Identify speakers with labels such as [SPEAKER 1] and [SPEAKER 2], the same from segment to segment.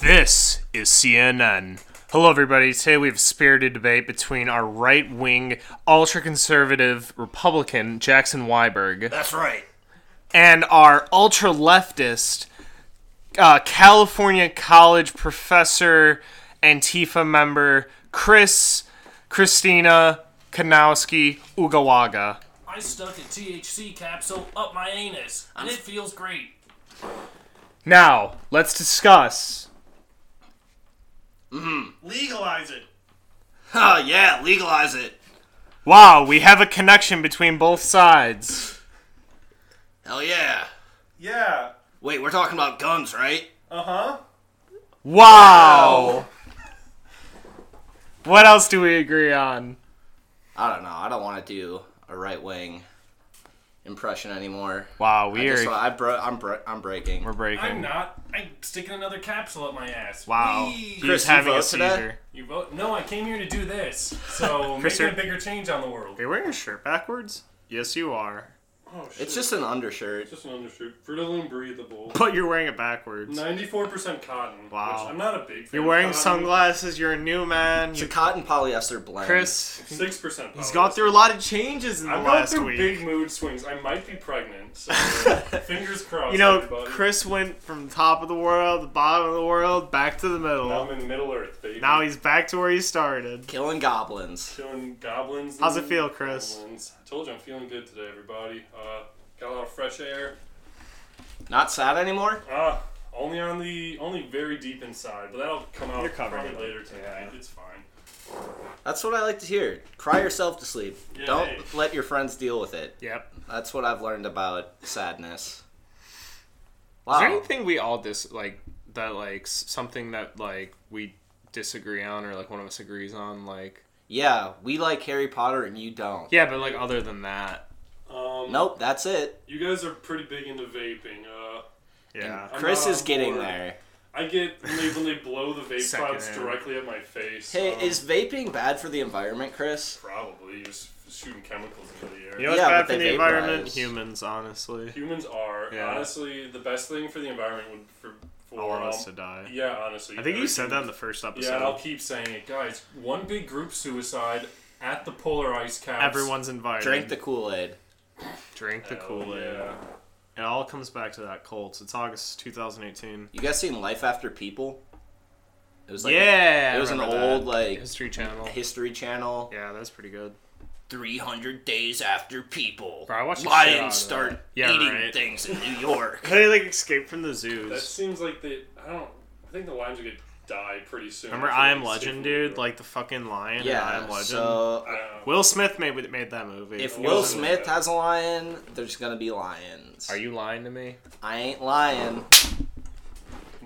[SPEAKER 1] This is CNN. Hello, everybody. Today we have a spirited debate between our right wing, ultra conservative Republican, Jackson Weiberg,
[SPEAKER 2] That's right.
[SPEAKER 1] and our ultra leftist, uh, California college professor, Antifa member, Chris, Christina Kanowski Ugawaga.
[SPEAKER 3] I stuck a THC capsule up my anus, and it feels great.
[SPEAKER 1] Now, let's discuss.
[SPEAKER 4] Legalize it.
[SPEAKER 2] Oh, yeah, legalize it.
[SPEAKER 1] Wow, we have a connection between both sides.
[SPEAKER 2] Hell yeah.
[SPEAKER 4] Yeah.
[SPEAKER 2] Wait, we're talking about guns, right?
[SPEAKER 4] Uh huh.
[SPEAKER 1] Wow. what else do we agree on?
[SPEAKER 2] I don't know. I don't want to do a right wing impression anymore.
[SPEAKER 1] Wow,
[SPEAKER 2] I
[SPEAKER 1] we
[SPEAKER 2] just,
[SPEAKER 1] are
[SPEAKER 2] I bro- I'm, bro- I'm breaking.
[SPEAKER 1] we're
[SPEAKER 3] I'm
[SPEAKER 1] breaking.
[SPEAKER 3] not. I'm sticking another capsule up my ass.
[SPEAKER 1] Wow,
[SPEAKER 3] Whee!
[SPEAKER 1] he
[SPEAKER 2] Chris,
[SPEAKER 1] was
[SPEAKER 2] you
[SPEAKER 1] having a
[SPEAKER 2] vote today?
[SPEAKER 1] seizure.
[SPEAKER 3] You vote? No, I came here to do this. So
[SPEAKER 1] Chris,
[SPEAKER 3] making a
[SPEAKER 1] you're-
[SPEAKER 3] bigger change on the world.
[SPEAKER 1] Are you wearing your shirt backwards? Yes, you are.
[SPEAKER 4] Oh shit.
[SPEAKER 2] It's just an undershirt.
[SPEAKER 3] Just an undershirt. Fruit of the Loom breathable.
[SPEAKER 1] But you're wearing it backwards.
[SPEAKER 3] Ninety-four percent cotton.
[SPEAKER 1] Wow.
[SPEAKER 3] Which I'm not a big. Fan
[SPEAKER 1] You're wearing
[SPEAKER 3] of
[SPEAKER 1] sunglasses. You're a new man.
[SPEAKER 2] It's a
[SPEAKER 1] You,
[SPEAKER 2] cotton polyester blend.
[SPEAKER 1] Chris,
[SPEAKER 3] Six percent.
[SPEAKER 1] he's gone through a lot of changes in the
[SPEAKER 3] I'm going
[SPEAKER 1] last
[SPEAKER 3] through
[SPEAKER 1] week.
[SPEAKER 3] big mood swings. I might be pregnant. So fingers crossed.
[SPEAKER 1] you know,
[SPEAKER 3] everybody.
[SPEAKER 1] Chris went from top of the world, the bottom of the world, back to the middle.
[SPEAKER 3] Now I'm in Middle Earth, baby.
[SPEAKER 1] now he's back to where he started.
[SPEAKER 2] Killing goblins.
[SPEAKER 3] Feeling goblins.
[SPEAKER 1] How's it
[SPEAKER 3] and
[SPEAKER 1] feel, Chris?
[SPEAKER 3] goblins. I told you I'm feeling good today, everybody. Uh, got a lot of fresh air.
[SPEAKER 2] Not sad anymore?
[SPEAKER 3] Ah, only on the only very deep inside, but that'll come out
[SPEAKER 1] You're covering
[SPEAKER 3] probably
[SPEAKER 1] it
[SPEAKER 3] later tonight. It's fine.
[SPEAKER 2] That's what I like to hear. Cry yourself to sleep.
[SPEAKER 3] Yeah,
[SPEAKER 2] don't
[SPEAKER 3] hey.
[SPEAKER 2] let your friends deal with it.
[SPEAKER 1] Yep.
[SPEAKER 2] That's what I've learned about sadness.
[SPEAKER 1] Is
[SPEAKER 2] Wow.
[SPEAKER 1] there anything we all dis like that like s- something that like we disagree on or like one of us agrees on like
[SPEAKER 2] Yeah, we like Harry Potter and you don't.
[SPEAKER 1] yeah but like other than that
[SPEAKER 3] Um,
[SPEAKER 2] Nope, that's it.
[SPEAKER 3] You guys are pretty big into vaping. Uh,
[SPEAKER 1] yeah
[SPEAKER 3] I'm
[SPEAKER 2] Chris
[SPEAKER 3] not
[SPEAKER 2] is
[SPEAKER 3] on
[SPEAKER 2] getting
[SPEAKER 3] board.
[SPEAKER 2] there.
[SPEAKER 3] I get when they, when they blow the vape
[SPEAKER 1] Second
[SPEAKER 3] clouds
[SPEAKER 1] hand.
[SPEAKER 3] directly at my face.
[SPEAKER 2] Hey,
[SPEAKER 3] um,
[SPEAKER 2] is vaping bad for the environment, Chris?
[SPEAKER 3] probably you're just shooting chemicals into the air.
[SPEAKER 1] you know what's
[SPEAKER 2] Yeah,
[SPEAKER 1] bad
[SPEAKER 2] but
[SPEAKER 1] for
[SPEAKER 2] they
[SPEAKER 1] the environment
[SPEAKER 2] vaporize.
[SPEAKER 1] humans honestly
[SPEAKER 3] Humans are
[SPEAKER 1] Yeah.
[SPEAKER 3] honestly the best thing for the environment would for for
[SPEAKER 1] all of
[SPEAKER 3] um,
[SPEAKER 1] us to die
[SPEAKER 3] Yeah, honestly.
[SPEAKER 1] I think you
[SPEAKER 3] every
[SPEAKER 1] said that in the first episode
[SPEAKER 3] Yeah, and I'll keep saying it, guys. One big group suicide at the polar ice caps.
[SPEAKER 1] everyone's invited
[SPEAKER 2] Drink the Kool Aid.
[SPEAKER 1] drink the
[SPEAKER 3] Hell
[SPEAKER 1] Kool-Aid
[SPEAKER 3] Yeah.
[SPEAKER 1] it all comes back to that Colts it's August 2018
[SPEAKER 2] You guys seen Life After People? It was like
[SPEAKER 1] yeah
[SPEAKER 2] it was
[SPEAKER 1] I
[SPEAKER 2] an
[SPEAKER 1] remember
[SPEAKER 2] old,
[SPEAKER 1] that.
[SPEAKER 2] like-
[SPEAKER 1] history
[SPEAKER 2] a
[SPEAKER 1] channel
[SPEAKER 2] History Channel.
[SPEAKER 1] yeah that's pretty good
[SPEAKER 2] 300 Days After People.
[SPEAKER 1] Bro, I watched the shit out of that.
[SPEAKER 2] Lions start
[SPEAKER 1] Yeah,
[SPEAKER 2] eating
[SPEAKER 1] right.
[SPEAKER 2] things in New York.
[SPEAKER 1] they like escape from the zoos
[SPEAKER 3] That seems like they. I don't. I think the Lions are gonna die pretty soon.
[SPEAKER 1] remember
[SPEAKER 3] after
[SPEAKER 1] I
[SPEAKER 3] they
[SPEAKER 1] Am
[SPEAKER 3] escape
[SPEAKER 1] Legend
[SPEAKER 3] from New
[SPEAKER 1] dude
[SPEAKER 3] York.
[SPEAKER 1] like the fucking lion yeah, I Am
[SPEAKER 2] yeah,
[SPEAKER 1] Legend
[SPEAKER 2] so
[SPEAKER 3] I don't know.
[SPEAKER 1] Will Smith made made that movie.
[SPEAKER 2] if
[SPEAKER 3] Will
[SPEAKER 2] Will
[SPEAKER 3] Smith
[SPEAKER 2] Smith
[SPEAKER 3] does.
[SPEAKER 2] has a lion, there's gonna be lions.
[SPEAKER 1] are you lying to me?
[SPEAKER 2] I ain't lying.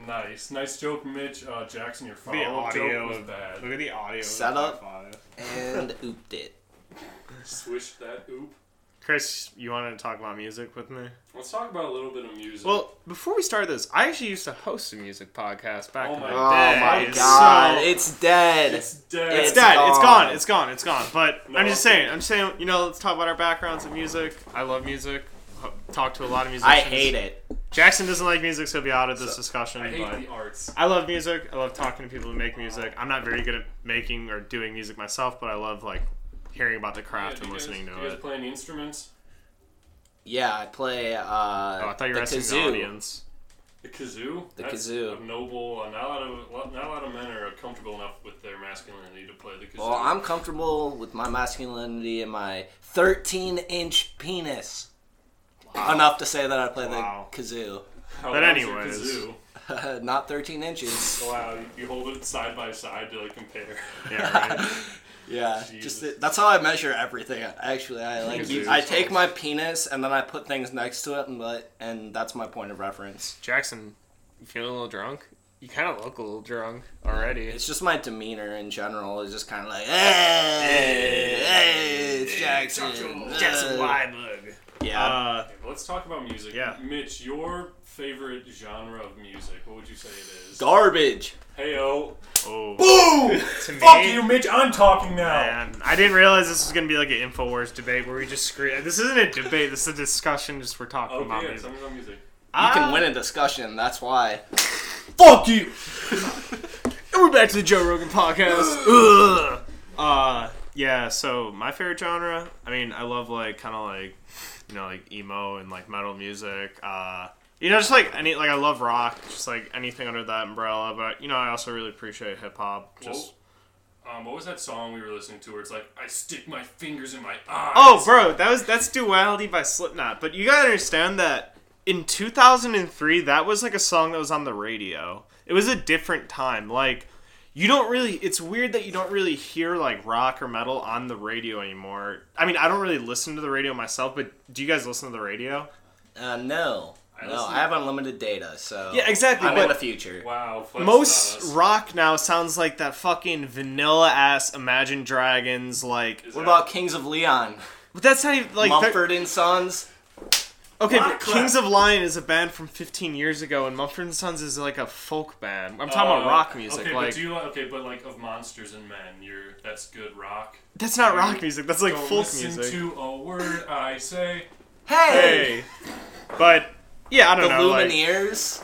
[SPEAKER 3] Nice, nice joke, Mitch. Uh, Jackson, your
[SPEAKER 1] The
[SPEAKER 3] follow-up
[SPEAKER 1] audio
[SPEAKER 3] joke was
[SPEAKER 1] Look
[SPEAKER 3] bad.
[SPEAKER 1] at the audio.
[SPEAKER 2] Set
[SPEAKER 1] of
[SPEAKER 2] up.
[SPEAKER 1] high five.
[SPEAKER 2] And ooped it.
[SPEAKER 3] Swish that oop.
[SPEAKER 1] Chris, you wanted to talk about music with me?
[SPEAKER 3] Let's talk about a little bit of music.
[SPEAKER 1] Well, before we start this, I actually used to host a music podcast back
[SPEAKER 3] Oh
[SPEAKER 1] in
[SPEAKER 3] my
[SPEAKER 1] the
[SPEAKER 2] Oh
[SPEAKER 3] Dead.
[SPEAKER 2] my
[SPEAKER 1] day,
[SPEAKER 2] god,
[SPEAKER 1] so-
[SPEAKER 2] it's dead.
[SPEAKER 3] it's dead.
[SPEAKER 1] it's,
[SPEAKER 2] it's
[SPEAKER 1] dead. It's gone.
[SPEAKER 2] gone.
[SPEAKER 1] It's gone. It's gone. But
[SPEAKER 3] No.
[SPEAKER 1] I'm just saying. I'm saying. You know, let's talk about our backgrounds in music. I love music. Ho- Talk to a lot of
[SPEAKER 2] I
[SPEAKER 1] musicians.
[SPEAKER 2] hate it.
[SPEAKER 1] Jackson doesn't like music, so he'll be out of this discussion.
[SPEAKER 3] I hate
[SPEAKER 1] but
[SPEAKER 3] the arts.
[SPEAKER 1] I love music. I love talking to people who make music. I'm not very good at making or doing music myself, but I love like hearing about the
[SPEAKER 3] Yeah,
[SPEAKER 1] craft
[SPEAKER 3] do
[SPEAKER 1] and
[SPEAKER 3] you guys-
[SPEAKER 1] listening
[SPEAKER 3] do
[SPEAKER 1] to
[SPEAKER 3] you guys
[SPEAKER 1] it.
[SPEAKER 3] play any instruments?
[SPEAKER 2] Yeah, I play uh
[SPEAKER 1] Oh, I thought you were
[SPEAKER 2] the
[SPEAKER 1] asking
[SPEAKER 2] kazoo.
[SPEAKER 1] the audience.
[SPEAKER 3] The kazoo.
[SPEAKER 2] The
[SPEAKER 3] That's
[SPEAKER 2] kazoo.
[SPEAKER 3] A noble. Uh, not a lot of lot- not a lot of men are comfortable enough with their masculinity to play the kazoo.
[SPEAKER 2] Well, I'm comfortable with my masculinity and my 13 inch penis. Enough to say that I play
[SPEAKER 1] Wow.
[SPEAKER 2] the kazoo.
[SPEAKER 3] How
[SPEAKER 1] but
[SPEAKER 3] long's your
[SPEAKER 1] anyways.
[SPEAKER 3] kazoo?
[SPEAKER 2] Not 13 inches.
[SPEAKER 3] Wow, you- you hold it side by side to like compare.
[SPEAKER 1] Yeah, right.
[SPEAKER 2] Yeah,
[SPEAKER 3] Jesus.
[SPEAKER 2] just the, that's how I measure everything. Actually, I like
[SPEAKER 3] Kazoo
[SPEAKER 2] I
[SPEAKER 3] songs.
[SPEAKER 2] take my penis and then I put things next to it, and but and that's my point of reference.
[SPEAKER 1] Jackson, you feeling a little drunk? You kind of look a little drunk already.
[SPEAKER 2] It's just my demeanor in general is just kind of like, hey, hey, it's Jackson, uh."
[SPEAKER 1] Weiberg.
[SPEAKER 2] Yeah,
[SPEAKER 1] Uh,
[SPEAKER 3] Okay, but let's talk about music.
[SPEAKER 1] Yeah.
[SPEAKER 3] Mitch, your favorite genre of music? What would you say it is?
[SPEAKER 2] garbage.
[SPEAKER 3] Hey oh.
[SPEAKER 1] oh,
[SPEAKER 3] Boom!
[SPEAKER 1] to me,
[SPEAKER 3] Fuck you, Mitch. I'm talking now.
[SPEAKER 1] man, I didn't realize this was gonna be like an Infowars debate where we just scream. This isn't a debate. This is a discussion. Just we're talking
[SPEAKER 3] Okay,
[SPEAKER 1] about
[SPEAKER 3] Oh, yeah,
[SPEAKER 1] music. Ah,
[SPEAKER 3] tell me about music.
[SPEAKER 2] You can win a discussion. That's why.
[SPEAKER 5] Fuck you. and we're back to the Joe Rogan podcast. Ugh. Uh,
[SPEAKER 1] Yeah, so my favorite genre, I mean, I love like kind of like you know like emo and like metal music. Uh you know, just like any like I love rock, just like anything under that umbrella, but you know, I also really appreciate hip hop. Just
[SPEAKER 3] Um, what was that song we were listening to where it's like, I stick my fingers in my eyes?
[SPEAKER 1] Oh, bro, that was that's Duality by Slipknot, but you got to understand that in 2003 that was like a song that was on the radio. It was a different time. Like you don't really it's weird that you don't really hear like rock or metal on the radio anymore. I mean, I don't really listen to the radio myself, but do you guys listen to the radio?
[SPEAKER 2] Uh, no.
[SPEAKER 3] I
[SPEAKER 2] no,
[SPEAKER 3] listen-
[SPEAKER 2] I have unlimited data, so.
[SPEAKER 1] Yeah, exactly,
[SPEAKER 2] I'm
[SPEAKER 1] but-
[SPEAKER 2] in the future.
[SPEAKER 3] Wow. flex on us.
[SPEAKER 1] Most rock now sounds like that fucking vanilla ass Imagine Dragons like
[SPEAKER 3] Is
[SPEAKER 2] What
[SPEAKER 3] that-
[SPEAKER 2] about Kings of Leon?
[SPEAKER 1] but that's not even like they're-
[SPEAKER 2] Mumford and Sons?
[SPEAKER 1] Okay,
[SPEAKER 6] Rock
[SPEAKER 1] but
[SPEAKER 6] clap.
[SPEAKER 1] Kings of Lion is a band from 15 years ago, and Mumford and Sons is like a folk band. I'm talking about
[SPEAKER 3] Uh,
[SPEAKER 1] rock music.
[SPEAKER 3] Okay,
[SPEAKER 1] like
[SPEAKER 3] but do you like okay, but like of monsters and men, you're that's good rock.
[SPEAKER 1] that's not rock music. That's like
[SPEAKER 3] Don't
[SPEAKER 1] folk
[SPEAKER 3] listen
[SPEAKER 1] music.
[SPEAKER 3] to a word I say.
[SPEAKER 1] hey,
[SPEAKER 2] Hey!
[SPEAKER 1] but yeah, I
[SPEAKER 2] The
[SPEAKER 1] don't know. Like,
[SPEAKER 2] Lumineers?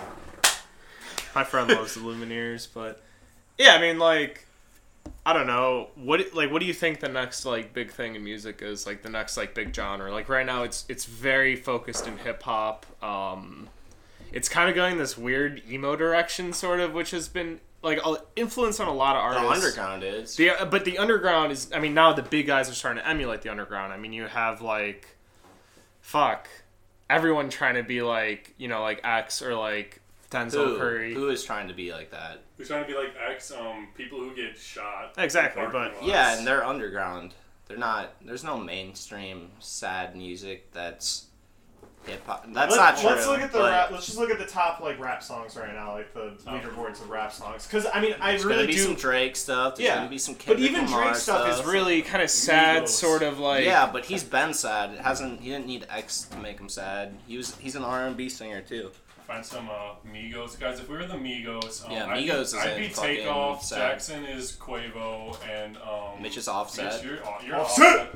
[SPEAKER 1] my friend loves the Lumineers, but yeah, I mean, like, I don't know what like what do you think the next like big thing in music is? Like the next like big genre? Like right now, it's it's very focused in hip hop. Um, it's kind of going this weird emo direction, sort of, which has been like a influence on a lot of
[SPEAKER 2] The
[SPEAKER 1] artists.
[SPEAKER 2] Underground is.
[SPEAKER 1] The, but the underground is. I mean, now the big guys are starting to emulate the underground. I mean, you have like, fuck, everyone trying to be like, you know, like X or like Denzel
[SPEAKER 2] Who,
[SPEAKER 1] Curry.
[SPEAKER 2] who is trying to be like that?
[SPEAKER 3] We're trying to be like ex um people who get shot. in
[SPEAKER 1] Exactly,
[SPEAKER 3] parking
[SPEAKER 1] but-
[SPEAKER 3] lots.
[SPEAKER 2] Yeah, and they're underground. They're not. There's no mainstream sad music that's hip hop. That's not true.
[SPEAKER 1] Let's look at the
[SPEAKER 2] but
[SPEAKER 1] rap, let's just look at the top like rap songs right now, like the leaderboards of rap songs. Because I mean, I
[SPEAKER 2] Oh. There's gonna
[SPEAKER 1] really
[SPEAKER 2] be
[SPEAKER 1] do.
[SPEAKER 2] some Drake stuff. There's
[SPEAKER 1] yeah,
[SPEAKER 2] gonna be some
[SPEAKER 1] but
[SPEAKER 2] Kendrick
[SPEAKER 1] even
[SPEAKER 2] Lamar
[SPEAKER 1] Drake stuff, is really kind of sad,
[SPEAKER 3] Migos.
[SPEAKER 1] sort of like
[SPEAKER 2] yeah, but he's been sad. It hasn't he didn't need X to make him sad. He was he's an R and B singer too.
[SPEAKER 3] Find some uh, Migos guys. If we were the Migos, um,
[SPEAKER 2] Yeah,
[SPEAKER 3] I'd-
[SPEAKER 2] Migos is
[SPEAKER 3] I'd,
[SPEAKER 2] in
[SPEAKER 3] be
[SPEAKER 2] fucking
[SPEAKER 3] Takeoff.
[SPEAKER 2] sad.
[SPEAKER 3] Jackson is Quavo, and um,
[SPEAKER 2] Mitch is
[SPEAKER 3] Mitch,
[SPEAKER 2] Offset.
[SPEAKER 3] you're, you're
[SPEAKER 1] Offset!
[SPEAKER 3] offset.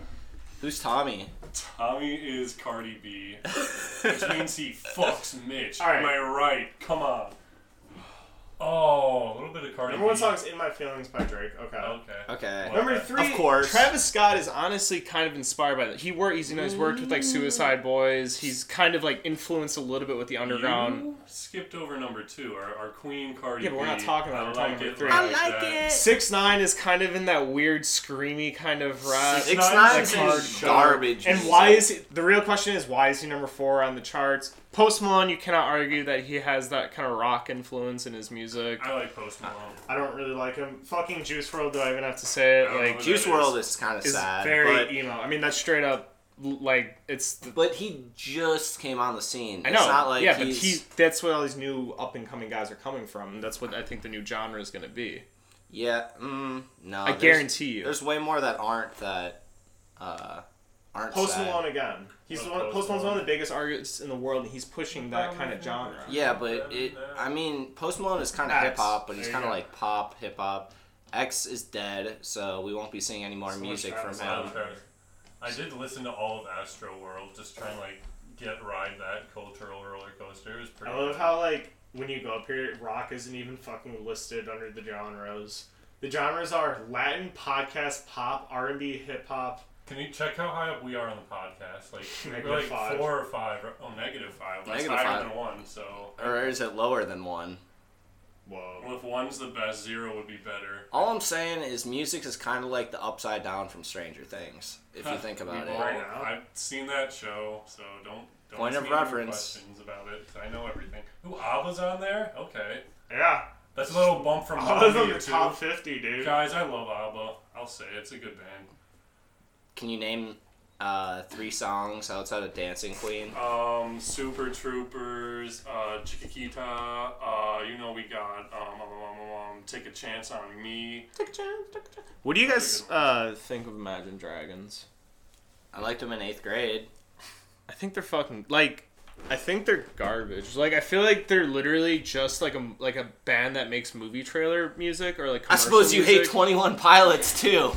[SPEAKER 2] Who's Tommy?
[SPEAKER 3] Tommy is Cardi B, which means he fucks Mitch.
[SPEAKER 1] All right.
[SPEAKER 3] Am I right? Come on. Oh, a little bit of Cardi
[SPEAKER 1] Number one
[SPEAKER 3] B.
[SPEAKER 1] song's "In My Feelings" by Drake. Okay.
[SPEAKER 3] Okay.
[SPEAKER 2] Oh, Okay.
[SPEAKER 3] Well,
[SPEAKER 1] Number
[SPEAKER 3] Of
[SPEAKER 1] three,
[SPEAKER 2] course.
[SPEAKER 1] Travis Scott is honestly kind of inspired by that. He worked, he's, you know, he's worked with like Suicide Boys. He's kind of like influenced a little bit with the underground.
[SPEAKER 3] You skipped over number two, our, our queen Cardi
[SPEAKER 1] Yeah, but we're not
[SPEAKER 3] B.
[SPEAKER 1] talking about it,
[SPEAKER 3] I
[SPEAKER 1] we're talking about
[SPEAKER 3] like it
[SPEAKER 1] three.
[SPEAKER 3] like
[SPEAKER 1] I
[SPEAKER 3] that.
[SPEAKER 1] Six nine is kind of in that weird screamy kind of rap.
[SPEAKER 3] Six-
[SPEAKER 2] Six
[SPEAKER 3] Nine
[SPEAKER 2] Nines
[SPEAKER 1] is like
[SPEAKER 2] is
[SPEAKER 1] hardcore.
[SPEAKER 2] garbage.
[SPEAKER 1] and why is he, the real question is why is he number four on the charts? Post Malone, you cannot argue that he has that kind of rock influence in his music.
[SPEAKER 3] I like Post Malone.
[SPEAKER 1] I don't really like him. Fucking Juice World, do I even have to say it?
[SPEAKER 3] don't
[SPEAKER 1] Like,
[SPEAKER 3] know
[SPEAKER 1] Juice
[SPEAKER 2] Juice World is kind of
[SPEAKER 1] is
[SPEAKER 2] sad,
[SPEAKER 1] very
[SPEAKER 2] but
[SPEAKER 1] emo. I mean, that's straight up l- like it's the
[SPEAKER 2] but he just came on the scene.
[SPEAKER 1] I know.
[SPEAKER 2] It's not like
[SPEAKER 1] yeah,
[SPEAKER 2] he's,
[SPEAKER 1] but he, that's where all these new up and coming guys are coming from. and That's what I think the new genre is going to be.
[SPEAKER 2] Yeah, mm, no.
[SPEAKER 1] I
[SPEAKER 2] Oh, there's-
[SPEAKER 1] guarantee you.
[SPEAKER 2] There's way more that aren't that uh, aren't
[SPEAKER 1] Post
[SPEAKER 2] sad.
[SPEAKER 1] Malone again. He's
[SPEAKER 3] Oh,
[SPEAKER 1] the one,
[SPEAKER 3] Post
[SPEAKER 1] Post Malone's one of
[SPEAKER 3] Malone.
[SPEAKER 1] the biggest artists in the world, and he's pushing that kind of genre.
[SPEAKER 2] Yeah, but it. I mean, Post Malone is kind of
[SPEAKER 1] X.
[SPEAKER 2] hip hop, but he's
[SPEAKER 1] There you
[SPEAKER 2] kind of
[SPEAKER 1] go.
[SPEAKER 2] like pop hip hop. X is dead, so we won't be seeing any more music from
[SPEAKER 3] Travis
[SPEAKER 2] him.
[SPEAKER 3] Scott, Travis. I did listen to all of Astro World, just trying to like get ride that cultural roller coaster. It was pretty.
[SPEAKER 1] I love how like when you go up here, rock isn't even fucking listed under the genres. The genres are Latin, podcast, pop, R and B, hip hop.
[SPEAKER 3] Can you check how high up we are on the podcast? Like
[SPEAKER 1] Negative
[SPEAKER 3] we're like
[SPEAKER 1] five.
[SPEAKER 3] four or five. or- Oh, negative five. That's
[SPEAKER 2] Negative
[SPEAKER 3] higher
[SPEAKER 2] five.
[SPEAKER 3] than one. So
[SPEAKER 2] Or is it lower than one?
[SPEAKER 1] Whoa.
[SPEAKER 3] well, if one's the best, zero would be better.
[SPEAKER 2] All I'm saying is music is kind of like the upside down from Stranger Things, if you think about
[SPEAKER 3] We've
[SPEAKER 2] it.
[SPEAKER 3] all-
[SPEAKER 1] Right now.
[SPEAKER 3] I've seen that show, so don't. don't
[SPEAKER 2] Point
[SPEAKER 3] ask
[SPEAKER 2] of
[SPEAKER 3] me any
[SPEAKER 2] reference.
[SPEAKER 3] Questions about it. I know everything. Ooh, Abba's on there. Okay,
[SPEAKER 1] Yeah.
[SPEAKER 3] that's a little bump from
[SPEAKER 1] I was
[SPEAKER 3] Abba
[SPEAKER 1] on
[SPEAKER 3] here
[SPEAKER 1] the
[SPEAKER 3] too.
[SPEAKER 1] top fifty, dude.
[SPEAKER 3] Guys, I love Abba. I'll say it. it's a good band.
[SPEAKER 2] Can you name uh, three songs outside of Dancing Queen?
[SPEAKER 1] Uh,
[SPEAKER 3] Um, Super Troopers, uh, Chiquita, uh, you know we got um, um, um, um, um, Take a Chance on Me.
[SPEAKER 1] What do you
[SPEAKER 3] guys,
[SPEAKER 1] uh, think of Imagine Dragons?
[SPEAKER 2] I liked them in eighth grade.
[SPEAKER 1] I think they're fucking like I think they're garbage. Like I feel like they're literally just like a like a band that makes movie trailer music or like
[SPEAKER 2] I suppose you
[SPEAKER 1] commercial
[SPEAKER 2] hate
[SPEAKER 1] music.
[SPEAKER 2] 21 Pilots too.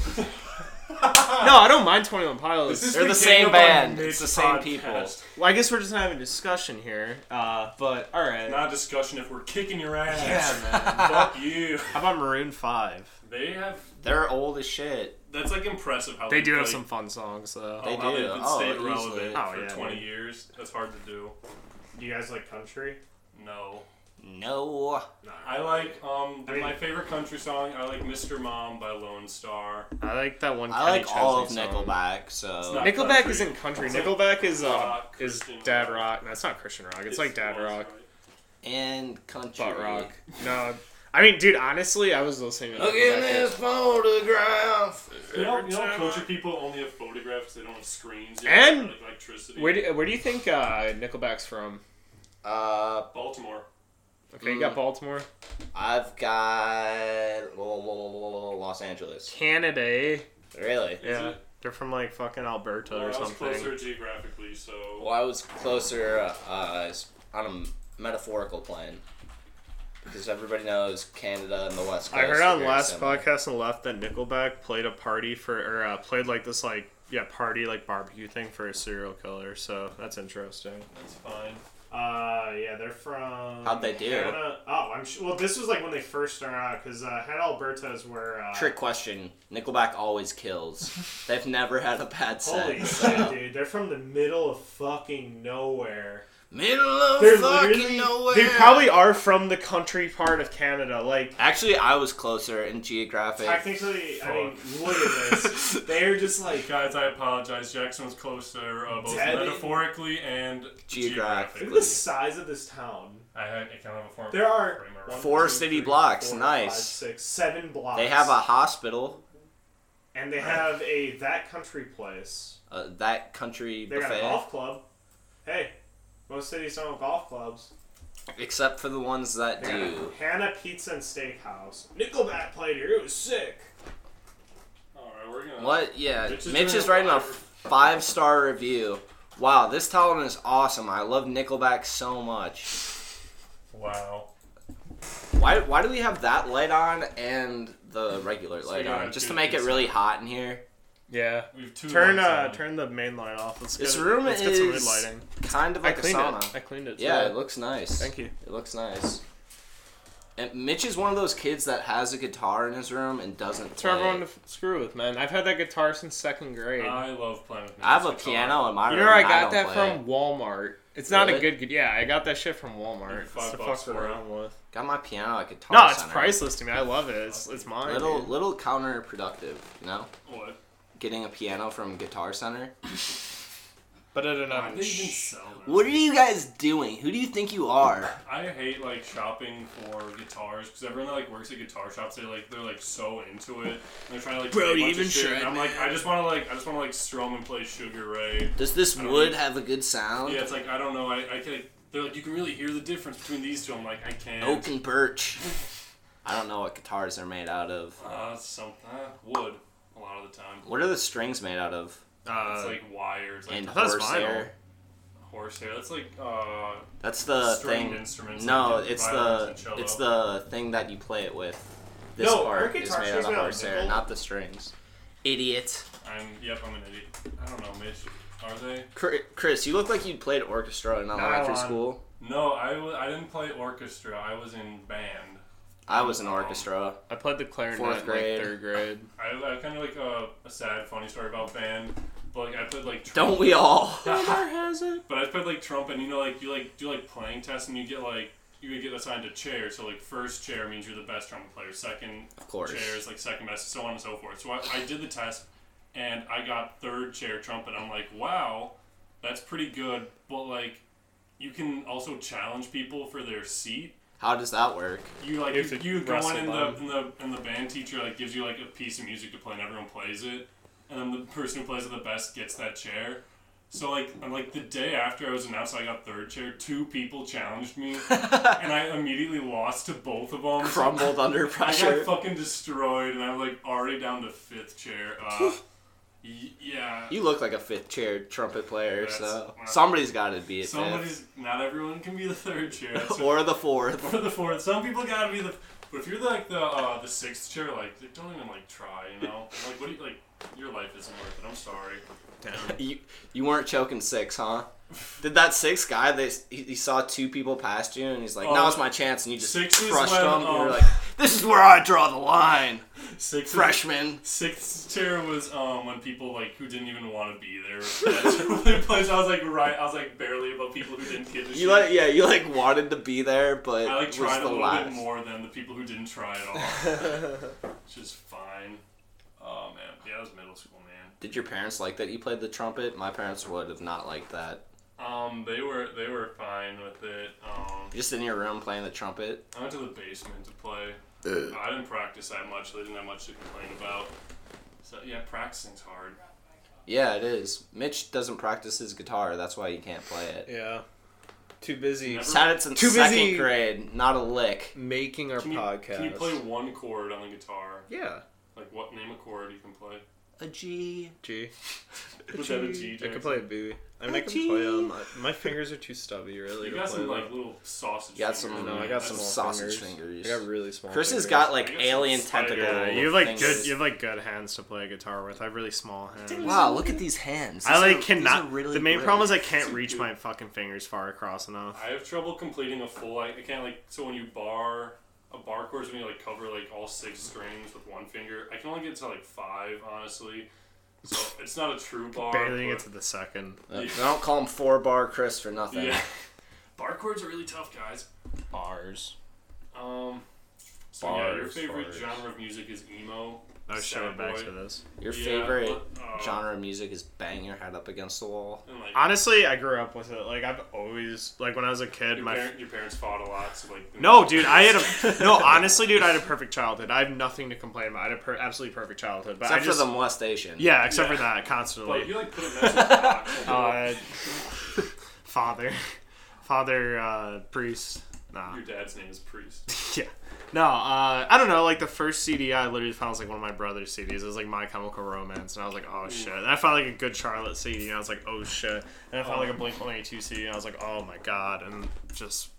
[SPEAKER 7] No, I don't mind Twenty One Pilots.
[SPEAKER 3] This is
[SPEAKER 2] They're the same
[SPEAKER 3] Gang of Our
[SPEAKER 2] band. It's the
[SPEAKER 3] Midge
[SPEAKER 2] same
[SPEAKER 3] podcast.
[SPEAKER 2] people.
[SPEAKER 7] Well, I guess we're just having a discussion here. Uh, but all right.
[SPEAKER 3] Not a discussion if we're kicking your ass.
[SPEAKER 7] yeah, man.
[SPEAKER 3] Fuck you.
[SPEAKER 7] How about Maroon Five?
[SPEAKER 3] They have.
[SPEAKER 2] They're old as shit.
[SPEAKER 3] That's like impressive how
[SPEAKER 7] They do have
[SPEAKER 3] like,
[SPEAKER 7] some fun songs though.
[SPEAKER 2] They
[SPEAKER 3] how
[SPEAKER 2] do.
[SPEAKER 3] They've been
[SPEAKER 2] Oh,
[SPEAKER 3] stayed
[SPEAKER 2] easily.
[SPEAKER 3] relevant
[SPEAKER 7] Oh,
[SPEAKER 3] for
[SPEAKER 7] yeah,
[SPEAKER 3] 20
[SPEAKER 7] dude.
[SPEAKER 3] years. That's hard to do.
[SPEAKER 1] Do you guys like country?
[SPEAKER 3] No.
[SPEAKER 2] No.
[SPEAKER 1] No.
[SPEAKER 3] I like um
[SPEAKER 1] I mean-
[SPEAKER 3] my favorite country song. I like Mr. Mom by Lone Star.
[SPEAKER 7] I like that one.
[SPEAKER 2] I
[SPEAKER 7] Kenny
[SPEAKER 2] like all of
[SPEAKER 7] Chesney song.
[SPEAKER 2] Nickelback,
[SPEAKER 3] It's
[SPEAKER 2] so
[SPEAKER 3] not-
[SPEAKER 7] Nickelback
[SPEAKER 3] country.
[SPEAKER 7] isn't country.
[SPEAKER 3] It's like
[SPEAKER 7] Nickelback is uh,
[SPEAKER 3] rock,
[SPEAKER 7] is
[SPEAKER 3] Christian
[SPEAKER 7] dad
[SPEAKER 3] rock.
[SPEAKER 7] rock. No, it's not Christian rock. It's, like dad
[SPEAKER 3] Lonely
[SPEAKER 7] rock,
[SPEAKER 3] Star.
[SPEAKER 2] and country.
[SPEAKER 7] butt rock. No, I mean, dude, honestly, I was listening. to
[SPEAKER 2] Look
[SPEAKER 7] Nickelback
[SPEAKER 2] at this photograph.
[SPEAKER 3] You know, you know
[SPEAKER 7] Every time
[SPEAKER 3] country
[SPEAKER 7] I-
[SPEAKER 3] people only have photographs. They don't have screens. They
[SPEAKER 7] And-
[SPEAKER 3] don't have, like, electricity.
[SPEAKER 7] Where do, where do you think uh, Nickelback's from?
[SPEAKER 2] Uh,
[SPEAKER 3] Baltimore.
[SPEAKER 7] Okay, you got
[SPEAKER 2] Mm.
[SPEAKER 7] Baltimore,
[SPEAKER 2] I've got Los Angeles.
[SPEAKER 7] Canada. eh?
[SPEAKER 2] Really?
[SPEAKER 7] Yeah,
[SPEAKER 3] it?
[SPEAKER 7] they're from like fucking Alberta
[SPEAKER 3] Well,
[SPEAKER 7] or
[SPEAKER 3] Oh, I was
[SPEAKER 7] something.
[SPEAKER 3] closer geographically, so
[SPEAKER 2] Well, I was closer uh, on a metaphorical plane because everybody knows Canada and the West Coast.
[SPEAKER 7] I heard
[SPEAKER 2] are
[SPEAKER 7] on
[SPEAKER 2] very
[SPEAKER 7] last
[SPEAKER 2] similar.
[SPEAKER 7] podcast on the left that Nickelback played a party for or uh, played like this like yeah party like barbecue thing for a serial killer. So that's interesting.
[SPEAKER 3] that's fine.
[SPEAKER 1] Uh, yeah, they're from.
[SPEAKER 2] How'd they do?
[SPEAKER 1] Hanna- Oh, I'm sure. Well, this was like when they first started out because uh, Hanna Alberta is where. Uh,
[SPEAKER 2] Trick question: Nickelback always kills. They've never had a bad
[SPEAKER 1] Holy shit,
[SPEAKER 2] set. so.
[SPEAKER 1] dude! They're from the middle of fucking nowhere.
[SPEAKER 2] Middle of
[SPEAKER 1] They're
[SPEAKER 2] fucking
[SPEAKER 1] literally-
[SPEAKER 2] nowhere.
[SPEAKER 1] They probably are from the country part of Canada. Like
[SPEAKER 2] Actually, I was closer in geographic.
[SPEAKER 1] technically, I mean, look at this. They're just like uh,
[SPEAKER 3] Guys, I apologize. Jackson was closer, uh, both
[SPEAKER 1] Daddy.
[SPEAKER 3] metaphorically and
[SPEAKER 2] Geographically.
[SPEAKER 1] look at the size of this town.
[SPEAKER 3] I, had, I kind of have a form.
[SPEAKER 1] There are
[SPEAKER 3] One,
[SPEAKER 2] Four city blocks, nice.
[SPEAKER 1] five, six, seven blocks.
[SPEAKER 2] They have a hospital,
[SPEAKER 1] and they have a that country place.
[SPEAKER 2] uh, that country
[SPEAKER 1] They got a
[SPEAKER 2] buffet,
[SPEAKER 1] golf club. Hey, most cities don't have golf clubs.
[SPEAKER 2] except for the ones that
[SPEAKER 1] They got
[SPEAKER 2] do.
[SPEAKER 1] a Hannah Pizza and Steakhouse. Nickelback played here. It was sick.
[SPEAKER 3] All right, we're gonna.
[SPEAKER 2] What? Yeah,
[SPEAKER 3] Mitch is
[SPEAKER 2] Mitch
[SPEAKER 3] doing
[SPEAKER 2] is
[SPEAKER 3] a
[SPEAKER 2] writing a
[SPEAKER 3] live-
[SPEAKER 2] five star review. Wow, this town is awesome. I love Nickelback so much.
[SPEAKER 3] Wow.
[SPEAKER 2] Why, why do we have that light on and the regular light
[SPEAKER 3] you
[SPEAKER 2] on?
[SPEAKER 3] have
[SPEAKER 2] Just
[SPEAKER 3] two
[SPEAKER 2] to make it
[SPEAKER 3] pieces.
[SPEAKER 2] really hot in here.
[SPEAKER 7] Yeah,
[SPEAKER 3] We've two.
[SPEAKER 7] turn
[SPEAKER 3] lights
[SPEAKER 7] uh
[SPEAKER 3] on.
[SPEAKER 7] turn the main light off. Let's
[SPEAKER 2] This
[SPEAKER 7] get,
[SPEAKER 2] room
[SPEAKER 7] let's get some good
[SPEAKER 2] is
[SPEAKER 7] lighting.
[SPEAKER 2] Kind of
[SPEAKER 7] I
[SPEAKER 2] like a
[SPEAKER 7] cleaned
[SPEAKER 2] sauna.
[SPEAKER 7] it. I cleaned it.
[SPEAKER 2] Yeah,
[SPEAKER 7] too.
[SPEAKER 2] it looks nice.
[SPEAKER 7] thank you.
[SPEAKER 2] It looks nice. And Mitch is one of those kids that has a guitar in his room and doesn't
[SPEAKER 7] It's
[SPEAKER 2] play.
[SPEAKER 7] for everyone to
[SPEAKER 2] it.
[SPEAKER 7] f- screw with, man. I've had that guitar since second grade.
[SPEAKER 3] Uh, I love playing with.
[SPEAKER 2] I have a
[SPEAKER 3] Mitch's guitar.
[SPEAKER 2] piano in my
[SPEAKER 7] you
[SPEAKER 2] room.
[SPEAKER 7] know where I
[SPEAKER 2] and
[SPEAKER 7] got
[SPEAKER 2] don't
[SPEAKER 7] that
[SPEAKER 2] play
[SPEAKER 7] from?
[SPEAKER 2] it.
[SPEAKER 7] Walmart. It's not a
[SPEAKER 2] Really?
[SPEAKER 7] good, good. Yeah, I got that shit from Walmart.
[SPEAKER 3] Five
[SPEAKER 7] It's to
[SPEAKER 3] bucks
[SPEAKER 7] fuck
[SPEAKER 3] for it.
[SPEAKER 7] around with.
[SPEAKER 2] Got my piano at Guitar
[SPEAKER 7] No, it's
[SPEAKER 2] Center.
[SPEAKER 7] priceless to me. I love it. It's it's mine.
[SPEAKER 2] Little
[SPEAKER 7] dude.
[SPEAKER 2] little counterproductive, you know.
[SPEAKER 3] What?
[SPEAKER 2] Getting a piano from Guitar Center.
[SPEAKER 7] But at
[SPEAKER 3] Why do
[SPEAKER 7] an
[SPEAKER 3] They even sell them.
[SPEAKER 2] What are you guys doing? Who do you think you are?
[SPEAKER 3] I hate like shopping for guitars because everyone that like works at guitar shops, they like they're like so into it. And they're trying to like. do
[SPEAKER 7] Bro,
[SPEAKER 3] a
[SPEAKER 7] you
[SPEAKER 3] bunch of
[SPEAKER 7] even
[SPEAKER 3] shit,
[SPEAKER 7] shred,
[SPEAKER 3] and I'm like, I just want to like, I just want to like strum and play Sugar Ray.
[SPEAKER 2] Does this
[SPEAKER 3] I don't
[SPEAKER 2] wood
[SPEAKER 3] know.
[SPEAKER 2] have a good sound?
[SPEAKER 3] Yeah, it's like I don't know. I, I can. Like, they're like, you can really hear the difference between these two. I'm like, I can't.
[SPEAKER 2] Oak and birch. I don't know what guitars are made out of.
[SPEAKER 3] Uh, some uh, wood a lot of the time.
[SPEAKER 2] What are the strings made out of?
[SPEAKER 3] It's
[SPEAKER 7] uh,
[SPEAKER 3] like wires, like
[SPEAKER 2] And
[SPEAKER 7] thought it was
[SPEAKER 2] horsehair.
[SPEAKER 3] horsehair. That's like uh,
[SPEAKER 2] That's the
[SPEAKER 3] Stringed
[SPEAKER 2] thing.
[SPEAKER 3] instruments
[SPEAKER 2] no,
[SPEAKER 3] like
[SPEAKER 2] it's
[SPEAKER 3] violins
[SPEAKER 2] the
[SPEAKER 3] and cello.
[SPEAKER 2] it's the thing that you play it with. This
[SPEAKER 1] No, our
[SPEAKER 2] part is
[SPEAKER 1] guitar
[SPEAKER 2] made out
[SPEAKER 1] strings
[SPEAKER 2] of
[SPEAKER 1] are
[SPEAKER 2] horsehair,
[SPEAKER 1] nickel.
[SPEAKER 2] not the strings. Idiot.
[SPEAKER 3] I'm yep, I'm an idiot. I don't know, Mitch. Are they?
[SPEAKER 2] Cr- Chris, you look like you played orchestra in elementary
[SPEAKER 1] Nylon.
[SPEAKER 2] school.
[SPEAKER 3] No, I w- I didn't play orchestra. I was in band.
[SPEAKER 2] I was in orchestra.
[SPEAKER 7] I played the clarinet in
[SPEAKER 2] Fourth
[SPEAKER 7] like,
[SPEAKER 2] grade.
[SPEAKER 7] third grade.
[SPEAKER 3] I, I kind of like a, a sad, funny story about band. But like I played like tr-
[SPEAKER 2] Don't we all?
[SPEAKER 3] But I played like trumpet. And, you know, like you like do like playing tests, and you get like you would get assigned a chair. So like first chair means you're the best trumpet player. Second
[SPEAKER 2] Of course.
[SPEAKER 3] chair is like second best, so on and so forth. So I, I did the test, and I got third chair trumpet. I'm like, wow, that's pretty good. But like, you can also challenge people for their seat.
[SPEAKER 2] How does that work?
[SPEAKER 3] You like
[SPEAKER 7] You
[SPEAKER 3] you,
[SPEAKER 7] have to
[SPEAKER 3] you go
[SPEAKER 7] wrestle
[SPEAKER 3] in and the,
[SPEAKER 7] them.
[SPEAKER 3] and the and the band teacher like gives you like a piece of music to play and everyone plays it, and then the person who plays it the best gets that chair. So like and, like the day after I was announced I got third chair, two people challenged me, and I immediately lost to both of them.
[SPEAKER 2] Crumbled under
[SPEAKER 3] I got
[SPEAKER 2] pressure.
[SPEAKER 3] fucking destroyed, and I'm like already down to fifth chair. Uh, Y- yeah.
[SPEAKER 2] You look like a fifth chair trumpet player,
[SPEAKER 3] That's-
[SPEAKER 2] so
[SPEAKER 3] wow.
[SPEAKER 2] somebody's got to be a
[SPEAKER 3] Somebody's not everyone can be the third chair. That's
[SPEAKER 2] fifth
[SPEAKER 3] what-
[SPEAKER 2] or the fourth.
[SPEAKER 3] for the fourth. Some people gotta be the. But if you're like the uh, the sixth chair, like like, don't even like try, you know. Like what do you like? Your life isn't worth it. I'm sorry.
[SPEAKER 2] You you weren't choking six, huh? Did that six guy? They he, he saw two people past you, and he's like,
[SPEAKER 3] Oh.
[SPEAKER 2] "Now's my chance," and you just
[SPEAKER 3] Six is
[SPEAKER 2] crushed
[SPEAKER 3] when,
[SPEAKER 2] them. and
[SPEAKER 3] um,
[SPEAKER 2] You're like, "This is where I draw the line,
[SPEAKER 3] Sixth
[SPEAKER 2] freshman."
[SPEAKER 3] Sixth chair was um when people like who didn't even want to be there. That's where they placed. I was like right. I was like barely above people who didn't give a shit.
[SPEAKER 2] You like yeah, you like wanted to be there, but
[SPEAKER 3] I like
[SPEAKER 2] was
[SPEAKER 3] tried a
[SPEAKER 2] the
[SPEAKER 3] little
[SPEAKER 2] last.
[SPEAKER 3] bit more than the people who didn't try at all, which is fine. Oh man, yeah, that was middle school, man.
[SPEAKER 2] Did your parents like that you played the trumpet? My parents would have not liked that.
[SPEAKER 3] Um, they were they were fine with it. Um,
[SPEAKER 2] Just in your room playing the trumpet.
[SPEAKER 3] I went to the basement to play.
[SPEAKER 2] Ugh.
[SPEAKER 3] I didn't practice that much. so I didn't have much to complain about. So yeah, practicing's hard.
[SPEAKER 2] Yeah, it is. Mitch doesn't practice his guitar. That's why he can't play it.
[SPEAKER 7] Yeah. Too busy
[SPEAKER 2] He's had it since
[SPEAKER 7] Too
[SPEAKER 2] second
[SPEAKER 7] busy-
[SPEAKER 2] grade. Not a lick.
[SPEAKER 7] making our
[SPEAKER 3] Can you,
[SPEAKER 7] podcast.
[SPEAKER 3] can you play one chord on the guitar?
[SPEAKER 7] Yeah.
[SPEAKER 3] Like what name a chord you can play?
[SPEAKER 2] A G.
[SPEAKER 7] G.
[SPEAKER 3] Was that a G?
[SPEAKER 7] I
[SPEAKER 3] Jackson?
[SPEAKER 7] could play a B. I mean, I
[SPEAKER 2] A
[SPEAKER 7] can
[SPEAKER 2] G.
[SPEAKER 7] play them. My fingers are too stubby, really.
[SPEAKER 3] You
[SPEAKER 7] to
[SPEAKER 3] got
[SPEAKER 7] play
[SPEAKER 3] some
[SPEAKER 7] them.
[SPEAKER 3] like little sausage.
[SPEAKER 2] You got
[SPEAKER 3] fingers,
[SPEAKER 2] some-
[SPEAKER 7] No, I
[SPEAKER 3] man.
[SPEAKER 7] got
[SPEAKER 3] That's-
[SPEAKER 7] some
[SPEAKER 2] sausage
[SPEAKER 7] fingers.
[SPEAKER 2] fingers.
[SPEAKER 7] I got really small.
[SPEAKER 2] Chris has
[SPEAKER 7] fingers.
[SPEAKER 2] got like
[SPEAKER 3] I got some
[SPEAKER 2] alien
[SPEAKER 3] spider-
[SPEAKER 2] tentacle.
[SPEAKER 3] Yeah,
[SPEAKER 7] Yeah, you have like
[SPEAKER 2] things.
[SPEAKER 7] good. You have like good hands to play guitar with. I have really small hands.
[SPEAKER 2] Wow, look at these hands.
[SPEAKER 7] I
[SPEAKER 2] These
[SPEAKER 7] like
[SPEAKER 2] are- these
[SPEAKER 7] cannot.
[SPEAKER 2] are really
[SPEAKER 7] the main
[SPEAKER 2] great.
[SPEAKER 7] problem is I can't reach my fucking fingers far across enough.
[SPEAKER 3] I have trouble completing a full. Like, I can't like. So when you bar a bar chord, is when you like cover like all six strings with one finger. I can only get to like five, honestly. So it's not a true bar.
[SPEAKER 7] Barely
[SPEAKER 3] but-
[SPEAKER 7] get to the second.
[SPEAKER 2] Uh, I don't call him four bar Chris for nothing.
[SPEAKER 3] Yeah. Bar chords are really tough, guys.
[SPEAKER 7] Bars.
[SPEAKER 3] Um, so yeah, your
[SPEAKER 2] Bars,
[SPEAKER 3] favorite
[SPEAKER 2] bars.
[SPEAKER 3] genre of music is emo.
[SPEAKER 7] I was
[SPEAKER 3] sad
[SPEAKER 7] showing back
[SPEAKER 3] boy.
[SPEAKER 7] to this.
[SPEAKER 2] Your
[SPEAKER 3] Yeah,
[SPEAKER 2] favorite
[SPEAKER 3] uh,
[SPEAKER 2] genre of music is bang your head up against the wall.
[SPEAKER 3] And like,
[SPEAKER 7] Honestly, I grew up with it. Like I've always like when I was a kid,
[SPEAKER 3] your,
[SPEAKER 7] my
[SPEAKER 3] parent, your parents fought a lot, so like.
[SPEAKER 7] No, dude, I had a no. Honestly, dude, I had a perfect childhood. I have nothing to complain about. I had a per- absolutely perfect childhood, but
[SPEAKER 2] Except
[SPEAKER 7] I just
[SPEAKER 2] for the molestation.
[SPEAKER 7] yeah, except for
[SPEAKER 3] Yeah.
[SPEAKER 7] that
[SPEAKER 3] But
[SPEAKER 7] constantly.
[SPEAKER 3] you like put a message in the box.
[SPEAKER 7] Uh, father, father, uh, priest. Nah,
[SPEAKER 3] Your dad's name is Priest.
[SPEAKER 7] yeah, no. Uh, I don't know. Like the first CD I literally found was like one of my brother's CDs. It was like My Chemical Romance, and I was like, oh shit. And I found like a Good Charlotte CD, and I was like, oh shit. And I found like a Blink One Eighty Two CD, and I was like, oh my god, and just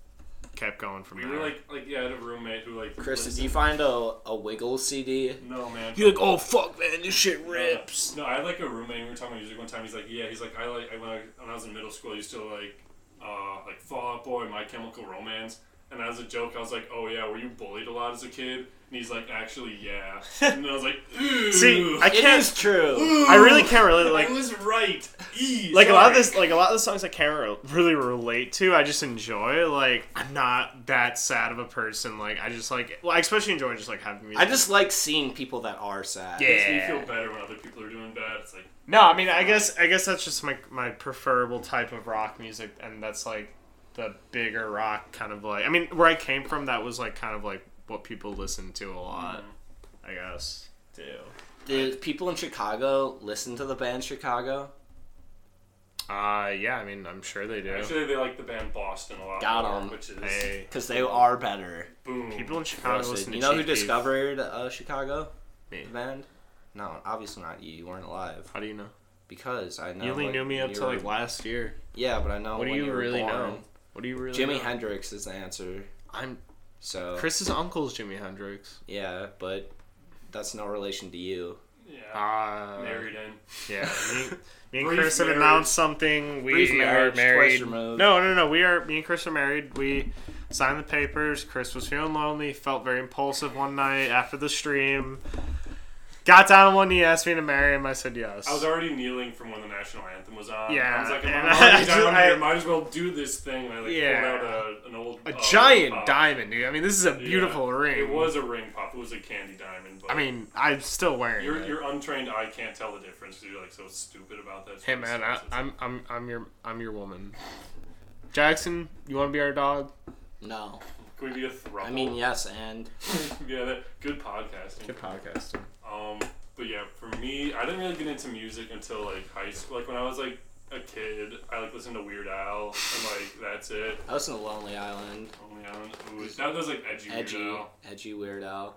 [SPEAKER 7] kept going from
[SPEAKER 3] We
[SPEAKER 7] there.
[SPEAKER 3] were like, like yeah, I had a roommate who like.
[SPEAKER 2] Chris, did
[SPEAKER 3] listened-
[SPEAKER 2] you find a, a Wiggle CD?
[SPEAKER 3] No man.
[SPEAKER 1] You're like, oh fuck, man, this shit rips.
[SPEAKER 3] No, I had like a roommate. We were talking about music one time. He's like, yeah, he's like, I like I- when I, when I was in middle school, I used to like, uh, like Fall Out Boy, My Chemical Romance. And as a joke, I was like, oh yeah, were you bullied a lot as a kid? And he's like, actually, yeah. and I was like, ooh.
[SPEAKER 7] See, I
[SPEAKER 2] It
[SPEAKER 7] can't.
[SPEAKER 2] is true.
[SPEAKER 7] I really can't relate. Like
[SPEAKER 3] I was right. Eee,
[SPEAKER 7] like a lot of
[SPEAKER 3] sorry.
[SPEAKER 7] this like a lot of the songs i can't re- really relate to i just enjoy like i'm not that sad of a person like i just like well i especially enjoy just like having music
[SPEAKER 2] I just like seeing people that are sad.
[SPEAKER 7] Yeah.
[SPEAKER 3] Makes me feel better when other people are doing bad. It's like,
[SPEAKER 7] no i mean i guess i guess that's just my my preferable type of rock music and that's like the bigger rock kind of like i mean where i came from that was like kind of like what people listen to a lot i guess too
[SPEAKER 2] Do people in Chicago listen to the band Chicago?
[SPEAKER 7] uh yeah i mean i'm sure they do
[SPEAKER 3] actually, they like the band Boston a lot.
[SPEAKER 2] Got
[SPEAKER 3] more,
[SPEAKER 2] 'em.
[SPEAKER 3] Which is
[SPEAKER 7] hey
[SPEAKER 2] Because they are better.
[SPEAKER 3] boom.
[SPEAKER 7] people in chicago listen to
[SPEAKER 2] you know who
[SPEAKER 7] Chief Keef.
[SPEAKER 2] discovered uh, Chicago?
[SPEAKER 7] Me.
[SPEAKER 2] The band? No, obviously not you. You weren't alive.
[SPEAKER 7] how do you know
[SPEAKER 2] Because I know.
[SPEAKER 7] you only
[SPEAKER 2] what
[SPEAKER 7] knew me up
[SPEAKER 2] you
[SPEAKER 7] to
[SPEAKER 2] were-
[SPEAKER 7] like last year
[SPEAKER 2] Yeah, but I know.
[SPEAKER 7] What do
[SPEAKER 2] when
[SPEAKER 7] you
[SPEAKER 2] were
[SPEAKER 7] really
[SPEAKER 2] born.
[SPEAKER 7] know? What do you really?
[SPEAKER 2] Jimi
[SPEAKER 7] know?
[SPEAKER 2] Hendrix is the answer.
[SPEAKER 7] I'm
[SPEAKER 2] So.
[SPEAKER 7] Chris's uncle's Jimi Hendrix.
[SPEAKER 2] Yeah, but that's no relation to you.
[SPEAKER 3] Yeah.
[SPEAKER 7] Ah,
[SPEAKER 3] Uh, married in.
[SPEAKER 7] Yeah, me, me and
[SPEAKER 3] Brief
[SPEAKER 7] Chris have
[SPEAKER 3] marriage.
[SPEAKER 7] announced something. We
[SPEAKER 2] Brief marriage,
[SPEAKER 7] are married.
[SPEAKER 2] twice
[SPEAKER 7] No,
[SPEAKER 2] removed.
[SPEAKER 7] no, no. We are. Me and Chris are married. We signed the papers. Chris was feeling lonely. Felt very impulsive one night after the stream. Got down on one knee, asked me to marry him. I said yes.
[SPEAKER 3] I was already kneeling from when the national anthem was on.
[SPEAKER 7] Yeah,
[SPEAKER 3] I was like,
[SPEAKER 7] and
[SPEAKER 3] I'm
[SPEAKER 7] I
[SPEAKER 3] already
[SPEAKER 7] just-
[SPEAKER 3] down here.
[SPEAKER 7] I-
[SPEAKER 3] Might as well do this thing. And I like
[SPEAKER 7] Yeah.
[SPEAKER 3] pulled out a, an old,
[SPEAKER 7] a
[SPEAKER 3] uh,
[SPEAKER 7] giant
[SPEAKER 3] pop.
[SPEAKER 7] diamond, dude. I mean, this is a
[SPEAKER 3] Yeah.
[SPEAKER 7] beautiful ring.
[SPEAKER 3] It was a ring pop. It was a candy diamond. But
[SPEAKER 7] I mean, I'm still wearing
[SPEAKER 3] your
[SPEAKER 7] it.
[SPEAKER 3] your untrained eye can't tell the difference. 'cause You're like so stupid about that.
[SPEAKER 7] Hey man, I, I'm I'm I'm your I'm your woman. Jackson, you want to be our dog?
[SPEAKER 2] No.
[SPEAKER 3] Can we be a throuple?
[SPEAKER 2] I mean, yes, and
[SPEAKER 3] yeah, that, good podcasting.
[SPEAKER 7] podcasting.
[SPEAKER 3] Um, but yeah, for me, I didn't really get into music until like high school. Like when I was like a kid, I like listened to Weird Al, and like that's it. Oh,
[SPEAKER 2] I was in Lonely Island.
[SPEAKER 3] Lonely Island. Ooh, that was like edgy,
[SPEAKER 2] Edgy,
[SPEAKER 3] Weird Al.
[SPEAKER 2] edgy weirdo.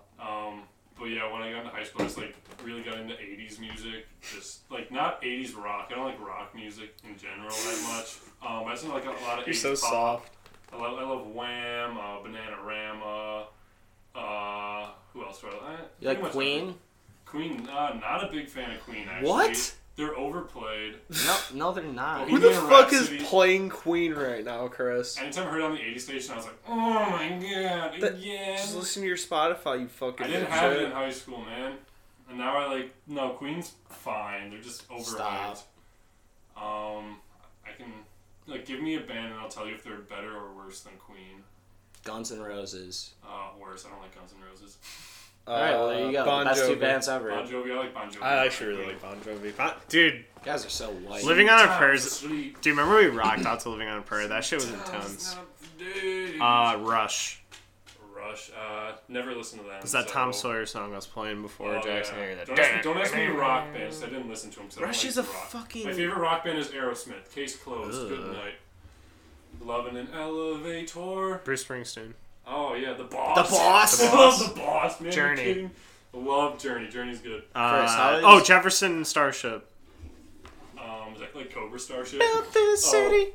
[SPEAKER 3] Um, But yeah, when I got into high school, I just like really got into '80s music. Just like not '80s rock. I don't like rock music in general that much. Um, I just like a lot of
[SPEAKER 7] You're
[SPEAKER 3] 80s
[SPEAKER 7] so
[SPEAKER 3] pop.
[SPEAKER 7] soft.
[SPEAKER 3] I love, I love Wham, uh, Bananarama. Uh, who else? Do I like? Eh,
[SPEAKER 2] You like
[SPEAKER 3] pretty much
[SPEAKER 2] Queen?
[SPEAKER 3] every- Queen. Uh, not a big fan of Queen. Actually.
[SPEAKER 2] What?
[SPEAKER 3] They're overplayed.
[SPEAKER 2] No, no, they're not.
[SPEAKER 7] Who the
[SPEAKER 3] Bohemian
[SPEAKER 7] fuck is
[SPEAKER 3] Rhapsody.
[SPEAKER 7] playing Queen right now, Chris?
[SPEAKER 3] Anytime I heard it on the '80s station, I was like, oh my god,
[SPEAKER 7] That-
[SPEAKER 3] again.
[SPEAKER 7] Just listen to your Spotify, you fucking
[SPEAKER 3] I didn't have it in
[SPEAKER 7] dipshit.
[SPEAKER 3] high school, man. And now I like no Queen's fine. They're just overhyped. Um, I can like give me a band and I'll tell you if they're better or worse than Queen.
[SPEAKER 2] Guns N' Roses.
[SPEAKER 3] Uh, worse. I don't like Guns N' Roses.
[SPEAKER 2] All right, well there you go.
[SPEAKER 7] Uh, Bon
[SPEAKER 2] Best two
[SPEAKER 7] Jovi.
[SPEAKER 2] bands ever.
[SPEAKER 3] Bon Jovi. I like Bon Jovi.
[SPEAKER 7] I actually really like Bon Jovi. Bon- Dude,
[SPEAKER 2] You guys are so white.
[SPEAKER 7] Living on a
[SPEAKER 3] Top
[SPEAKER 7] Prayer. is-
[SPEAKER 3] sleep,
[SPEAKER 7] Do you remember we rocked out to Living on a Prayer? That shit was intense.
[SPEAKER 3] top days.
[SPEAKER 7] Uh, Rush.
[SPEAKER 3] Rush. Uh, never listened to them.
[SPEAKER 7] It's that
[SPEAKER 3] so-
[SPEAKER 7] Tom Sawyer song I was playing before
[SPEAKER 3] Oh,
[SPEAKER 7] Jackson.
[SPEAKER 3] yeah.
[SPEAKER 7] I hear that.
[SPEAKER 3] Don't, ask me, don't ask me rock bands. I didn't listen to them. So I
[SPEAKER 7] Rush
[SPEAKER 3] don't
[SPEAKER 7] is
[SPEAKER 3] like
[SPEAKER 7] a
[SPEAKER 3] rock.
[SPEAKER 7] fucking-
[SPEAKER 3] My favorite rock band is Aerosmith. Case closed. Good
[SPEAKER 7] Ugh.
[SPEAKER 3] night. Loving an elevator.
[SPEAKER 7] Bruce Springsteen.
[SPEAKER 3] Oh yeah, the boss.
[SPEAKER 2] The Boss?
[SPEAKER 3] I
[SPEAKER 2] The
[SPEAKER 3] love the boss. Man,
[SPEAKER 7] Journey.
[SPEAKER 3] Journey. Kidding? I love Journey. Journey's good.
[SPEAKER 7] Uh,
[SPEAKER 2] how is-
[SPEAKER 7] oh, Jefferson Starship.
[SPEAKER 3] Um, is that like Cobra Starship? Oh.
[SPEAKER 7] this
[SPEAKER 3] city.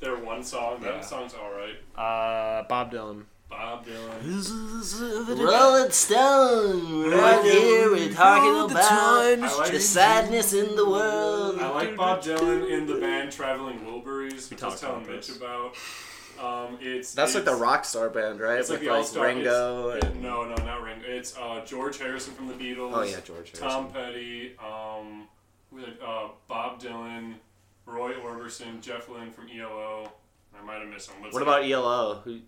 [SPEAKER 3] Their one song. That
[SPEAKER 2] Yeah.
[SPEAKER 3] song's all right.
[SPEAKER 7] Uh, Bob Dylan.
[SPEAKER 3] Bob Dylan.
[SPEAKER 7] Rolling
[SPEAKER 2] Rolling Stone, right here we're talking about the sadness in the world.
[SPEAKER 3] I like Bob Dylan in the band Traveling Wilburys. I was
[SPEAKER 7] talked
[SPEAKER 3] telling
[SPEAKER 7] about
[SPEAKER 3] Mitch
[SPEAKER 7] this.
[SPEAKER 3] about. Um, it's
[SPEAKER 2] That's like the
[SPEAKER 3] it's-
[SPEAKER 2] rock star band, right?
[SPEAKER 3] It's like
[SPEAKER 2] With
[SPEAKER 3] the All Star.
[SPEAKER 2] Ringo.
[SPEAKER 3] It's, it-
[SPEAKER 2] and-
[SPEAKER 3] no, no, not Ringo. It's uh, George Harrison from the Beatles.
[SPEAKER 2] Oh yeah, George Harrison.
[SPEAKER 3] Tom Petty, um, with uh, Bob Dylan, Roy Orbison, Jeff Lynne from ELO. I might have missed one. What's
[SPEAKER 2] What about ELO? Who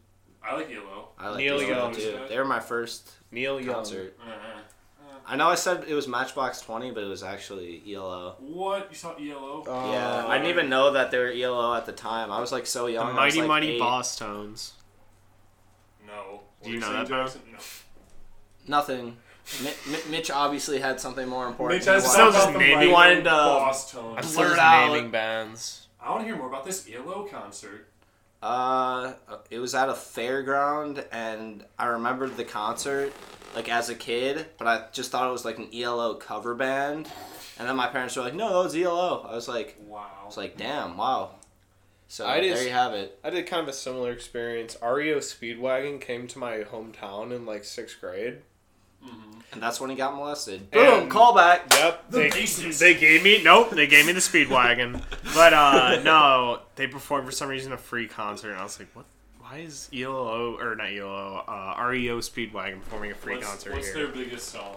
[SPEAKER 3] I like E ELO.
[SPEAKER 2] I like
[SPEAKER 7] Neil
[SPEAKER 2] ELO
[SPEAKER 7] Young.
[SPEAKER 2] too. They were my first
[SPEAKER 7] Neil Young.
[SPEAKER 2] concert.
[SPEAKER 3] Uh-huh.
[SPEAKER 2] I know I said it was Matchbox Twenty, but it was actually ELO.
[SPEAKER 3] What you saw E ELO?
[SPEAKER 7] Oh.
[SPEAKER 2] yeah, Uh, I didn't even know that they were ELO at the time. I was like so
[SPEAKER 7] The
[SPEAKER 2] young. I was,
[SPEAKER 7] Mighty
[SPEAKER 2] like,
[SPEAKER 7] Mighty
[SPEAKER 2] eight.
[SPEAKER 7] Boss Tones.
[SPEAKER 3] no.
[SPEAKER 7] Do you
[SPEAKER 3] Were
[SPEAKER 7] know
[SPEAKER 3] saying
[SPEAKER 7] that band?
[SPEAKER 3] Jackson? No.
[SPEAKER 2] Nothing. Mi Mi- Mitch obviously had something more important.
[SPEAKER 3] Mitch
[SPEAKER 2] to
[SPEAKER 3] has
[SPEAKER 2] watch.
[SPEAKER 7] Still
[SPEAKER 3] stuff
[SPEAKER 7] just
[SPEAKER 3] about the
[SPEAKER 7] naming-
[SPEAKER 3] Mighty
[SPEAKER 2] wanted to-
[SPEAKER 3] Boss Tone.
[SPEAKER 7] I'm
[SPEAKER 2] Blurt
[SPEAKER 7] just
[SPEAKER 2] out.
[SPEAKER 7] naming bands.
[SPEAKER 3] I want to hear more about this ELO concert.
[SPEAKER 2] Uh, it was at a fairground, and I remembered the concert like as a kid, but I just thought it was like an ELO cover band. And then my parents were like, "No, that was ELO." I was like, "I
[SPEAKER 3] Wow.
[SPEAKER 2] was like, damn, wow." So
[SPEAKER 7] I just-
[SPEAKER 2] there you have it.
[SPEAKER 7] I did kind of a similar experience. REO Speedwagon came to my hometown in like sixth grade.
[SPEAKER 2] And that's when he got molested. Boom,
[SPEAKER 7] And-
[SPEAKER 2] callback.
[SPEAKER 7] Yep. they,
[SPEAKER 3] basis.
[SPEAKER 7] they gave me nope. They gave me the Speedwagon, but uh, no, they performed for some reason a free concert, and I was like, what? Why is ELO or not ELO? Uh, REO Speedwagon performing a free
[SPEAKER 3] what's,
[SPEAKER 7] concert
[SPEAKER 3] what's
[SPEAKER 7] here?
[SPEAKER 3] their biggest song?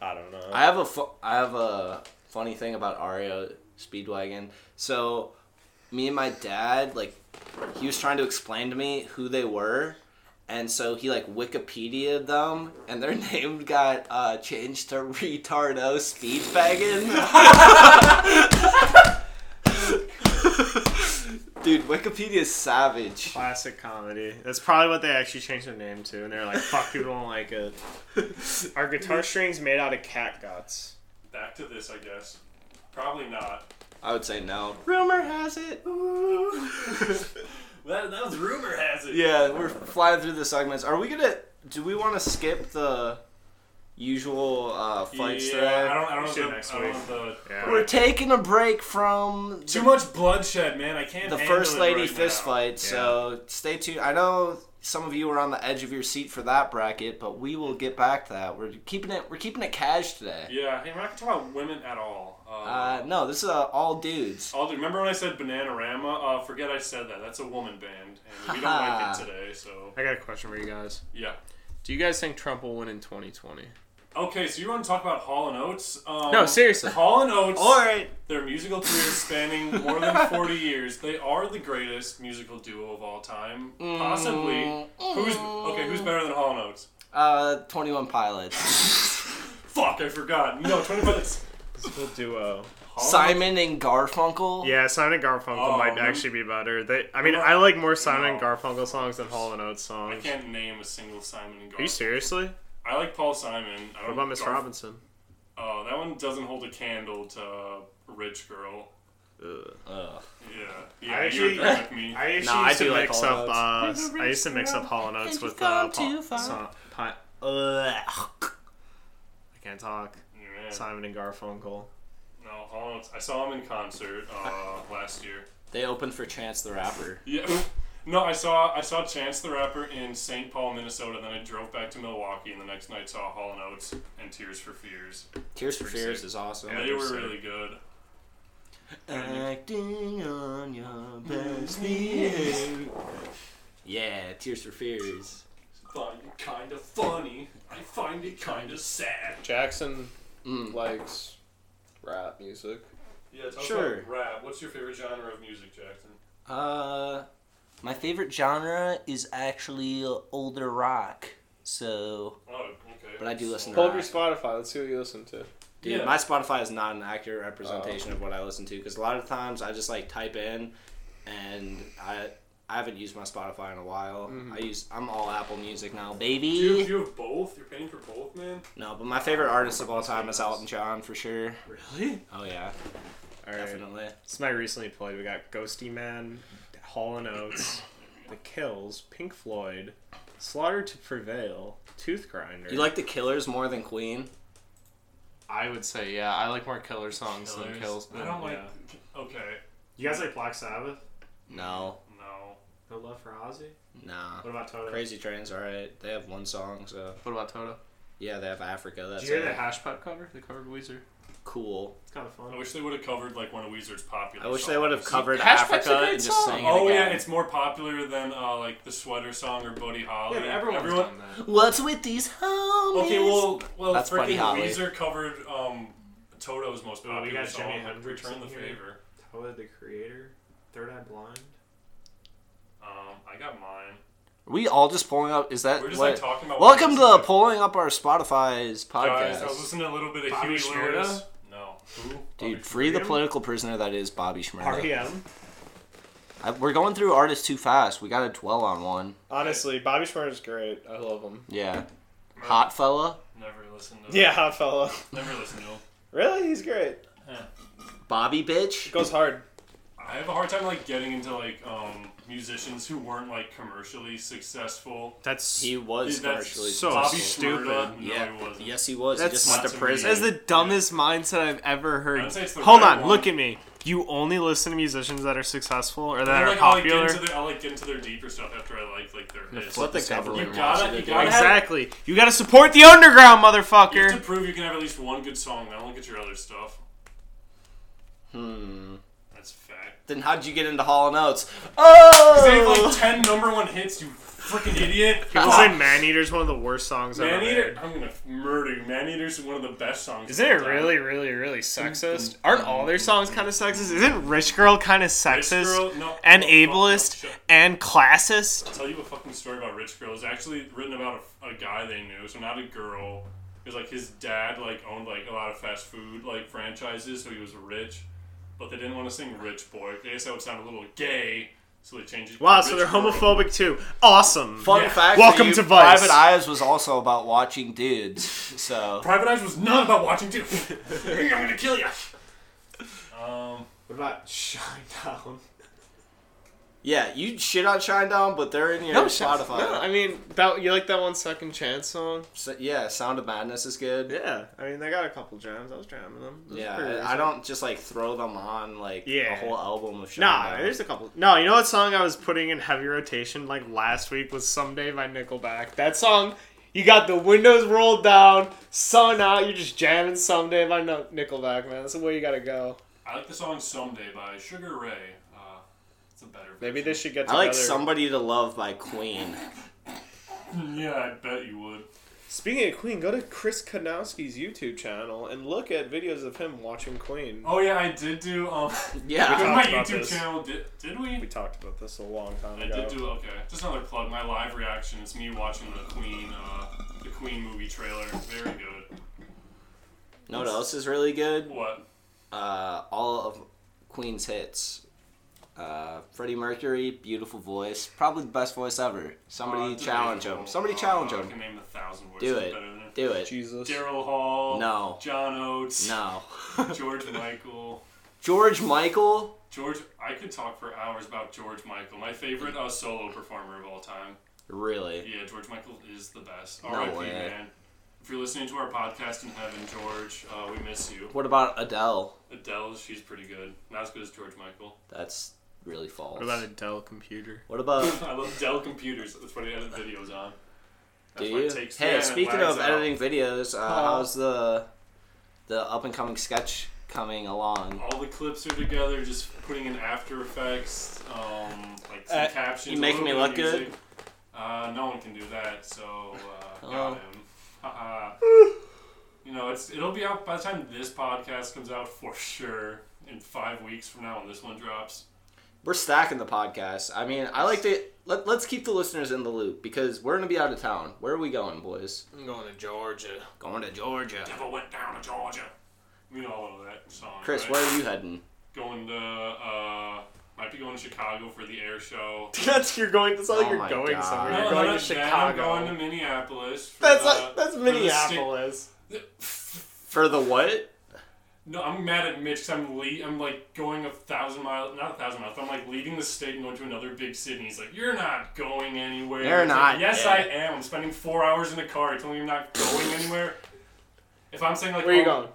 [SPEAKER 7] I don't know.
[SPEAKER 2] I have a fu- I have a funny thing about Ario Speedwagon. So, me and my dad like he was trying to explain to me who they were, and so he like Wikipedia them, and their name got uh, changed to Retardo Speedwagon. Dude, Wikipedia is savage.
[SPEAKER 7] Classic comedy. That's probably what they actually changed their name to, and they're like, "Fuck, people don't like it." Our guitar strings made out of cat guts.
[SPEAKER 3] Back to this, I guess. Probably not.
[SPEAKER 2] I would say no. Rumor has it.
[SPEAKER 3] That, that was rumor has it.
[SPEAKER 2] Yeah, we're flying through the segments. Are we gonna? Do we want to skip the usual uh, fights
[SPEAKER 3] I
[SPEAKER 2] today?
[SPEAKER 3] don't, I don't, know
[SPEAKER 7] Shit
[SPEAKER 3] the-
[SPEAKER 7] next
[SPEAKER 3] I don't
[SPEAKER 7] week.
[SPEAKER 3] know the-
[SPEAKER 7] Yeah.
[SPEAKER 2] We're taking a break from
[SPEAKER 3] Too
[SPEAKER 2] the,
[SPEAKER 3] much bloodshed, man. I can't.
[SPEAKER 2] the
[SPEAKER 3] handle
[SPEAKER 2] first
[SPEAKER 3] it
[SPEAKER 2] lady
[SPEAKER 3] right
[SPEAKER 2] fist
[SPEAKER 3] now.
[SPEAKER 2] fight, so stay tuned. I know some of you were on the edge of your seat for that bracket, but we will get back to that. We're keeping it. We're keeping it cash today.
[SPEAKER 3] Yeah, hey, we're not gonna talk about women at all. Uh,
[SPEAKER 2] Uh, no, this is uh, all dudes.
[SPEAKER 3] Alder, remember when I said Bananarama? Uh, forget I said that. That's a woman band, and we don't like it today. So
[SPEAKER 7] I got a question for you guys.
[SPEAKER 3] yeah.
[SPEAKER 7] Do you guys think Trump will win in 2020?
[SPEAKER 3] Okay, so you want to talk about Hall and Oates? Um,
[SPEAKER 7] No, seriously.
[SPEAKER 3] Hall and Oates.
[SPEAKER 2] All right.
[SPEAKER 3] Their musical career spanning more than 40 years. They are the greatest musical duo of all time,
[SPEAKER 2] Mm.
[SPEAKER 3] possibly. Who's okay? Who's better than Hall and Oates?
[SPEAKER 2] Uh, Twenty One Pilots,
[SPEAKER 3] Fuck, I forgot. No, 20 minutes.
[SPEAKER 7] We'll duo.
[SPEAKER 2] Simon and Garfunkel.
[SPEAKER 7] Yeah, Simon and Garfunkel
[SPEAKER 3] Oh,
[SPEAKER 7] might
[SPEAKER 3] man.
[SPEAKER 7] actually be better. They, I mean,
[SPEAKER 3] No.
[SPEAKER 7] I like more Simon and
[SPEAKER 3] No.
[SPEAKER 7] Garfunkel songs than Hall and Oates
[SPEAKER 3] I
[SPEAKER 7] songs.
[SPEAKER 3] can't name a single Simon and Garfunkel.
[SPEAKER 7] Are you seriously?
[SPEAKER 3] I like Paul Simon. I
[SPEAKER 7] What
[SPEAKER 3] don't
[SPEAKER 7] about Miss
[SPEAKER 3] Garf-
[SPEAKER 7] Robinson?
[SPEAKER 3] Oh, that one doesn't hold a candle to uh, Rich Girl.
[SPEAKER 2] Ugh.
[SPEAKER 3] Yeah, yeah,
[SPEAKER 7] I
[SPEAKER 3] you
[SPEAKER 7] actually-
[SPEAKER 3] agree with me.
[SPEAKER 7] I used
[SPEAKER 2] No, I
[SPEAKER 7] to
[SPEAKER 2] do like
[SPEAKER 7] mix
[SPEAKER 2] Hall
[SPEAKER 7] up.
[SPEAKER 2] and
[SPEAKER 7] Uh, I used to mix up Hall and Oates with uh, Paul. So, Pi-
[SPEAKER 2] Ugh.
[SPEAKER 7] Can't talk.
[SPEAKER 3] Yeah.
[SPEAKER 7] Simon and Garfunkel.
[SPEAKER 3] No, all I know- I saw him in concert uh, last year.
[SPEAKER 2] They opened for Chance the Rapper.
[SPEAKER 3] Yeah. No, I saw I saw Chance the Rapper in St. Paul, Minnesota. Then I drove back to Milwaukee, and the next night saw Hall and Oates and Tears for Fears.
[SPEAKER 2] Tears for
[SPEAKER 7] Pretty
[SPEAKER 2] Fears
[SPEAKER 7] sick.
[SPEAKER 2] is awesome.
[SPEAKER 3] they were really good.
[SPEAKER 2] Acting on your best behavior. Yeah, Tears for Fears.
[SPEAKER 3] Find it kind of funny. I find it kind of sad.
[SPEAKER 7] Jackson
[SPEAKER 2] Mm.
[SPEAKER 7] likes rap music.
[SPEAKER 3] Yeah, tell
[SPEAKER 2] Sure.
[SPEAKER 3] us about rap. What's your favorite genre of music, Jackson?
[SPEAKER 2] Uh, my favorite genre is actually older rock. So,
[SPEAKER 3] Oh, okay.
[SPEAKER 2] But I do listen to
[SPEAKER 3] Well,
[SPEAKER 7] Pull up your Spotify. Let's see what you listen to.
[SPEAKER 2] dude,
[SPEAKER 3] Yeah.
[SPEAKER 2] my Spotify is not an accurate representation of what I listen to because a lot of times I just like type in, and I I haven't used my Spotify in a while. I use I'm all Apple Music now, baby.
[SPEAKER 3] You, you have both. You're paying for both, man.
[SPEAKER 2] No, but my favorite artist of all time is Elton John for sure.
[SPEAKER 7] Really?
[SPEAKER 2] Oh yeah,
[SPEAKER 7] All right.
[SPEAKER 2] definitely.
[SPEAKER 7] This might recently played. We got Ghosty Man, Hall and Oates, The Kills, Pink Floyd, Slaughter to Prevail, Tooth Grinder.
[SPEAKER 2] You like the Killers more than Queen?
[SPEAKER 7] I would say yeah. I like more Killer songs than
[SPEAKER 3] Killers.
[SPEAKER 7] Kills.
[SPEAKER 3] I don't like.
[SPEAKER 7] yeah.
[SPEAKER 3] Okay,
[SPEAKER 1] You guys like Black Sabbath?
[SPEAKER 2] No,
[SPEAKER 3] no.
[SPEAKER 1] No love for Ozzy?
[SPEAKER 2] nah.
[SPEAKER 1] What about Toto?
[SPEAKER 2] Crazy Train's alright. They have one song, so
[SPEAKER 7] What about Toto?
[SPEAKER 2] yeah, they have Africa.
[SPEAKER 1] Did
[SPEAKER 2] That's
[SPEAKER 1] you hear
[SPEAKER 2] it.
[SPEAKER 1] that hash?
[SPEAKER 7] Pop cover. They covered Weezer.
[SPEAKER 2] cool.
[SPEAKER 1] It's kind of
[SPEAKER 7] Oh,
[SPEAKER 1] fun.
[SPEAKER 3] I wish they would have covered like one of Weezer's popular.
[SPEAKER 2] I wish
[SPEAKER 3] songs.
[SPEAKER 2] they would have covered
[SPEAKER 7] Hash Pipe's a
[SPEAKER 2] Africa
[SPEAKER 7] great
[SPEAKER 2] and just
[SPEAKER 7] song.
[SPEAKER 2] sang it
[SPEAKER 3] Oh
[SPEAKER 2] again.
[SPEAKER 3] yeah, it's more popular than uh, like the sweater song or Buddy Holly.
[SPEAKER 1] Yeah, but everyone's
[SPEAKER 3] Everyone-
[SPEAKER 1] done that.
[SPEAKER 2] What's with these homies?
[SPEAKER 3] Okay, well, well,
[SPEAKER 2] That's Buddy
[SPEAKER 3] freaking
[SPEAKER 2] Holly.
[SPEAKER 3] Weezer covered um, Toto's most
[SPEAKER 1] Oh, we
[SPEAKER 3] popular
[SPEAKER 1] got
[SPEAKER 3] song,
[SPEAKER 1] Jimi Hendrix in
[SPEAKER 3] "Return the
[SPEAKER 1] here.
[SPEAKER 3] Favor."
[SPEAKER 1] Toto the Creator? Third Eye Blind?
[SPEAKER 3] Um, I got mine.
[SPEAKER 2] Are we all just pulling up. Is that
[SPEAKER 3] We're just
[SPEAKER 2] what?
[SPEAKER 3] like talking about.
[SPEAKER 2] Welcome
[SPEAKER 3] what
[SPEAKER 2] to
[SPEAKER 3] we're
[SPEAKER 2] pulling up our Spotify's
[SPEAKER 3] Guys,
[SPEAKER 2] podcast.
[SPEAKER 3] I was listening to a little bit of
[SPEAKER 1] Bobby
[SPEAKER 3] Huey
[SPEAKER 1] Shmurda?
[SPEAKER 3] Lewis. No, who?
[SPEAKER 2] Dude, free the
[SPEAKER 1] Freedom?
[SPEAKER 2] political prisoner that is Bobby
[SPEAKER 1] Oh,
[SPEAKER 2] Shmurda.
[SPEAKER 7] REM.
[SPEAKER 2] I- We're going through artists too fast. We gotta dwell on one.
[SPEAKER 7] Honestly, Bobby Shmurda is great. I love him.
[SPEAKER 2] Yeah. Hot fella.
[SPEAKER 3] Never listened to.
[SPEAKER 7] Yeah, hot fellow.
[SPEAKER 3] Never listened to him.
[SPEAKER 7] Really, he's great.
[SPEAKER 2] Bobby bitch.
[SPEAKER 7] Goes hard.
[SPEAKER 3] I have a hard time like getting into like um musicians who weren't like commercially successful.
[SPEAKER 7] That's
[SPEAKER 2] He was
[SPEAKER 3] Dude, that's
[SPEAKER 2] commercially
[SPEAKER 7] so
[SPEAKER 3] Bobby
[SPEAKER 2] successful.
[SPEAKER 7] stupid.
[SPEAKER 3] Shmurda? No, he
[SPEAKER 2] Yeah.
[SPEAKER 3] wasn't.
[SPEAKER 2] Yes, he was.
[SPEAKER 7] That's-
[SPEAKER 2] he just went
[SPEAKER 3] Not
[SPEAKER 2] to
[SPEAKER 3] to
[SPEAKER 2] prison.
[SPEAKER 3] me.
[SPEAKER 7] That's the dumbest mindset I've ever heard.
[SPEAKER 3] I'd say it's the
[SPEAKER 7] Hold
[SPEAKER 3] right
[SPEAKER 7] on,
[SPEAKER 3] one.
[SPEAKER 7] look at me. You only listen to musicians that are successful or that
[SPEAKER 3] I
[SPEAKER 7] are
[SPEAKER 3] like,
[SPEAKER 1] "Oh,
[SPEAKER 3] I'll, like, get
[SPEAKER 7] popular.
[SPEAKER 3] into their, I'll like get into their deeper stuff after I like like their hits.
[SPEAKER 2] What the government
[SPEAKER 3] You
[SPEAKER 2] wants
[SPEAKER 3] gotta-
[SPEAKER 2] to
[SPEAKER 3] you
[SPEAKER 2] do.
[SPEAKER 3] gotta-
[SPEAKER 7] Exactly. You gotta support the underground,
[SPEAKER 3] You have to
[SPEAKER 7] motherfucker.
[SPEAKER 3] prove you can have at least one good song. Then look at your other stuff.
[SPEAKER 2] Hmm.
[SPEAKER 3] That's fact.
[SPEAKER 2] Then how'd you get into Hall and Oates?
[SPEAKER 3] They have
[SPEAKER 2] Oh.
[SPEAKER 3] like ten number one hits. You freaking idiot.
[SPEAKER 7] People say Man Eater's one of the worst songs
[SPEAKER 3] Man
[SPEAKER 7] ever.
[SPEAKER 3] Eater.
[SPEAKER 7] made.
[SPEAKER 3] I'm gonna murder you. Man Eater's one of the best songs.
[SPEAKER 7] Isn't
[SPEAKER 3] of all
[SPEAKER 7] it
[SPEAKER 3] time.
[SPEAKER 7] really, really, really sexist? Aren't all their songs kind of sexist? Isn't Rich Girl kind of
[SPEAKER 3] Rich
[SPEAKER 7] sexist
[SPEAKER 3] Girl- no,
[SPEAKER 7] and
[SPEAKER 3] no, no, no,
[SPEAKER 7] ableist
[SPEAKER 3] shut-
[SPEAKER 7] and classist?
[SPEAKER 3] tell you a fucking story about Rich Girl. It's actually written about a, a guy they knew, so not a girl. It was like his dad like owned like a lot of fast food like franchises, so he was rich. But they didn't want to sing Rich Boy. They guess that would sound a little gay, so they changed it. to
[SPEAKER 7] Wow, so
[SPEAKER 3] Rich
[SPEAKER 7] they're
[SPEAKER 3] Girl.
[SPEAKER 7] homophobic too. Awesome.
[SPEAKER 2] Fun
[SPEAKER 3] Yeah.
[SPEAKER 2] fact.
[SPEAKER 7] Welcome
[SPEAKER 2] for you,
[SPEAKER 7] to Vice.
[SPEAKER 2] Private Eyes was also about watching dudes. So.
[SPEAKER 3] Private Eyes was not about watching too. I'm gonna kill you. Um,
[SPEAKER 1] What about Shine Down?
[SPEAKER 2] Yeah, you shit on Shinedown, but they're in your Spotify.
[SPEAKER 7] No, I mean that you like that one Second Chance song?
[SPEAKER 2] So, yeah, Sound of Madness is good. Yeah,
[SPEAKER 7] Yeah, I mean they got a couple jams. I was jamming them. It was pretty
[SPEAKER 2] I, I
[SPEAKER 7] recent.
[SPEAKER 2] don't just like throw them on like a
[SPEAKER 7] Yeah.
[SPEAKER 2] whole album of Shinedown.
[SPEAKER 7] Nah, there's a couple. No, you know what song I was putting in heavy rotation like last week was "Someday" by Nickelback. That song, you got the windows rolled down, sun out. You're just jamming "Someday" by No- Nickelback, man. That's the way you gotta go.
[SPEAKER 3] I like the song "Someday" by Sugar Ray. Uh, it's a better.
[SPEAKER 7] Maybe they
[SPEAKER 3] version.
[SPEAKER 7] should get
[SPEAKER 2] I
[SPEAKER 7] together.
[SPEAKER 2] like Somebody to Love by Queen.
[SPEAKER 3] Yeah, I bet you would.
[SPEAKER 7] Speaking of Queen, go to Chris Kanowski's YouTube channel and look at videos of him watching Queen.
[SPEAKER 3] Oh yeah, I did do. Um,
[SPEAKER 7] We
[SPEAKER 2] Yeah.
[SPEAKER 3] my
[SPEAKER 7] about
[SPEAKER 3] YouTube
[SPEAKER 7] this.
[SPEAKER 3] channel did did we?
[SPEAKER 7] We talked about this a long time
[SPEAKER 3] I
[SPEAKER 7] ago.
[SPEAKER 3] did do okay. Just another plug. My live reaction is me watching the Queen, uh, the Queen movie trailer. Very good.
[SPEAKER 2] know what else is really good?
[SPEAKER 3] What?
[SPEAKER 2] Uh, all of Queen's hits. Uh, Freddie Mercury, beautiful voice, probably the best voice ever. Somebody
[SPEAKER 3] Uh,
[SPEAKER 2] challenge
[SPEAKER 3] debatable.
[SPEAKER 2] him. Somebody
[SPEAKER 3] Uh,
[SPEAKER 2] challenge
[SPEAKER 3] I
[SPEAKER 2] him.
[SPEAKER 3] can name a thousand voices
[SPEAKER 2] Do it.
[SPEAKER 3] better than
[SPEAKER 2] Do it.
[SPEAKER 7] Jesus.
[SPEAKER 3] Daryl Hall.
[SPEAKER 2] No.
[SPEAKER 3] John Oates.
[SPEAKER 2] No.
[SPEAKER 3] George Michael.
[SPEAKER 2] George Michael.
[SPEAKER 3] George, I could talk for hours about George Michael, my favorite uh, solo performer of all time.
[SPEAKER 2] Really?
[SPEAKER 3] Yeah, George Michael is the best.
[SPEAKER 2] No
[SPEAKER 3] R.I.P.
[SPEAKER 2] way.
[SPEAKER 3] man. If you're listening to our podcast in heaven, George, uh, we miss you.
[SPEAKER 2] What about Adele?
[SPEAKER 3] Adele, she's pretty good. Not as good as George Michael.
[SPEAKER 2] That's really false.
[SPEAKER 7] What about a Dell computer?
[SPEAKER 2] What about-
[SPEAKER 3] I love Dell computers. That's what I edit videos on.
[SPEAKER 2] do
[SPEAKER 3] That's what
[SPEAKER 2] you?
[SPEAKER 3] it takes.
[SPEAKER 2] Hey,
[SPEAKER 3] yeah, it
[SPEAKER 2] speaking
[SPEAKER 3] lags
[SPEAKER 2] of
[SPEAKER 3] out.
[SPEAKER 2] editing videos, uh, how's the the up and coming sketch coming along?
[SPEAKER 3] all the clips are together, just putting in After Effects, um, like some
[SPEAKER 2] Uh,
[SPEAKER 3] captions.
[SPEAKER 2] you
[SPEAKER 3] a
[SPEAKER 2] making
[SPEAKER 3] little
[SPEAKER 2] me
[SPEAKER 3] bit of
[SPEAKER 2] look good?
[SPEAKER 3] music. Uh, no one can do that, so uh,
[SPEAKER 2] Oh.
[SPEAKER 3] got him. Haha. you know, it's it'll be out by the time this podcast comes out for sure in five weeks from now when this one drops.
[SPEAKER 2] We're stacking the podcast. I mean, I like to let, let's keep the listeners in the loop because we're gonna be out of town. Where are we going, boys?
[SPEAKER 7] I'm going to Georgia.
[SPEAKER 2] Going to Georgia.
[SPEAKER 3] Devil went down to Georgia. We know all of that song.
[SPEAKER 2] Chris,
[SPEAKER 3] right?
[SPEAKER 2] where are you heading?
[SPEAKER 3] Going to uh, might be going to Chicago for the air show.
[SPEAKER 7] That's you're going. That's not like
[SPEAKER 2] Oh
[SPEAKER 7] you're
[SPEAKER 2] my
[SPEAKER 7] going
[SPEAKER 2] God.
[SPEAKER 7] somewhere.
[SPEAKER 3] No,
[SPEAKER 7] You're
[SPEAKER 3] no,
[SPEAKER 7] going
[SPEAKER 3] not
[SPEAKER 7] to
[SPEAKER 3] that. I'm
[SPEAKER 7] Chicago.
[SPEAKER 3] going to Minneapolis. For
[SPEAKER 7] that's
[SPEAKER 3] the,
[SPEAKER 7] like, that's
[SPEAKER 3] uh, for the sta-
[SPEAKER 7] Minneapolis.
[SPEAKER 2] For the what?
[SPEAKER 3] No, I'm mad at Mitch because I'm le- I'm like going a thousand miles, not a thousand miles. but I'm like leaving the state and going to another big city. He's like, "You're not going anywhere."
[SPEAKER 2] You're
[SPEAKER 3] It's like,
[SPEAKER 2] not,
[SPEAKER 3] yes,
[SPEAKER 2] yeah."
[SPEAKER 3] I am. I'm spending four hours in the car. You're telling me I'm not going anywhere. If I'm saying like,
[SPEAKER 7] Where you
[SPEAKER 3] oh,
[SPEAKER 7] going?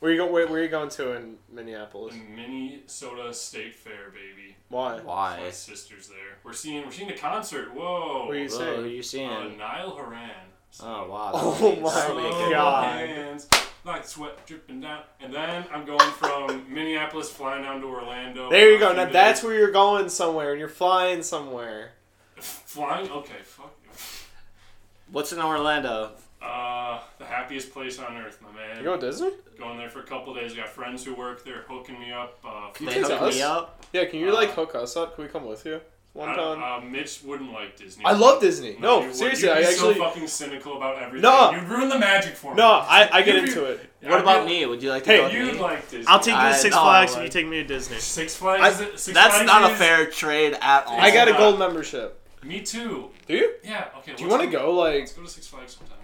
[SPEAKER 7] Where you go? Where, where you going to in Minneapolis?
[SPEAKER 3] The Minnesota State Fair, baby.
[SPEAKER 7] Why?
[SPEAKER 3] My
[SPEAKER 2] Why?
[SPEAKER 3] sister's there. We're seeing we're seeing a concert. Whoa.
[SPEAKER 7] Where you
[SPEAKER 2] Whoa, who are
[SPEAKER 7] saying?
[SPEAKER 2] you seeing?
[SPEAKER 3] uh, Niall Horan.
[SPEAKER 2] oh wow.
[SPEAKER 7] Oh my
[SPEAKER 2] That's
[SPEAKER 3] Slow
[SPEAKER 7] God.
[SPEAKER 3] hands, like sweat dripping down, and then I'm going from Minneapolis flying down to Orlando.
[SPEAKER 7] There you
[SPEAKER 3] for a
[SPEAKER 7] go.
[SPEAKER 3] few
[SPEAKER 7] Now
[SPEAKER 3] days.
[SPEAKER 7] that's where you're going somewhere, and you're flying somewhere.
[SPEAKER 3] Flying? Okay, fuck.
[SPEAKER 2] What's in Orlando?
[SPEAKER 3] Uh, the happiest place on earth, my man.
[SPEAKER 7] You going to Disney?
[SPEAKER 3] Going there for a couple days. I got friends who work there hooking me up. Uh,
[SPEAKER 7] You
[SPEAKER 2] They
[SPEAKER 7] take
[SPEAKER 2] hooked
[SPEAKER 7] us?
[SPEAKER 2] me up.
[SPEAKER 7] Yeah. Can you like
[SPEAKER 3] Uh,
[SPEAKER 7] hook us up? Can we come with you? One
[SPEAKER 3] I don't-
[SPEAKER 7] time.
[SPEAKER 3] uh, Mitch wouldn't like Disney.
[SPEAKER 7] I love Disney. No,
[SPEAKER 3] you would.
[SPEAKER 7] seriously,
[SPEAKER 3] You'd
[SPEAKER 7] I
[SPEAKER 3] be
[SPEAKER 7] actually.
[SPEAKER 3] so fucking cynical about everything.
[SPEAKER 7] No.
[SPEAKER 3] you ruined the magic for me.
[SPEAKER 7] no, I, I get
[SPEAKER 3] You'd be-
[SPEAKER 7] into it.
[SPEAKER 3] I'd
[SPEAKER 2] What
[SPEAKER 3] be
[SPEAKER 2] about
[SPEAKER 3] like,
[SPEAKER 2] me? Would you like to
[SPEAKER 7] Hey,
[SPEAKER 2] go with
[SPEAKER 3] You'd
[SPEAKER 2] me?
[SPEAKER 3] like Disney.
[SPEAKER 1] I'll take you
[SPEAKER 2] I-
[SPEAKER 1] to Six
[SPEAKER 2] no,
[SPEAKER 1] Flags if
[SPEAKER 2] like-
[SPEAKER 1] you take me to Disney.
[SPEAKER 3] Six Flags.
[SPEAKER 7] I-
[SPEAKER 3] Six
[SPEAKER 2] That's
[SPEAKER 3] Flags
[SPEAKER 2] not a
[SPEAKER 3] is-
[SPEAKER 2] fair trade at all.
[SPEAKER 7] I got a
[SPEAKER 3] Yeah.
[SPEAKER 7] gold membership.
[SPEAKER 3] Me too.
[SPEAKER 7] Do you?
[SPEAKER 3] Yeah. Okay.
[SPEAKER 7] Do you want to go? Like,
[SPEAKER 3] Let's go to Six Flags sometime.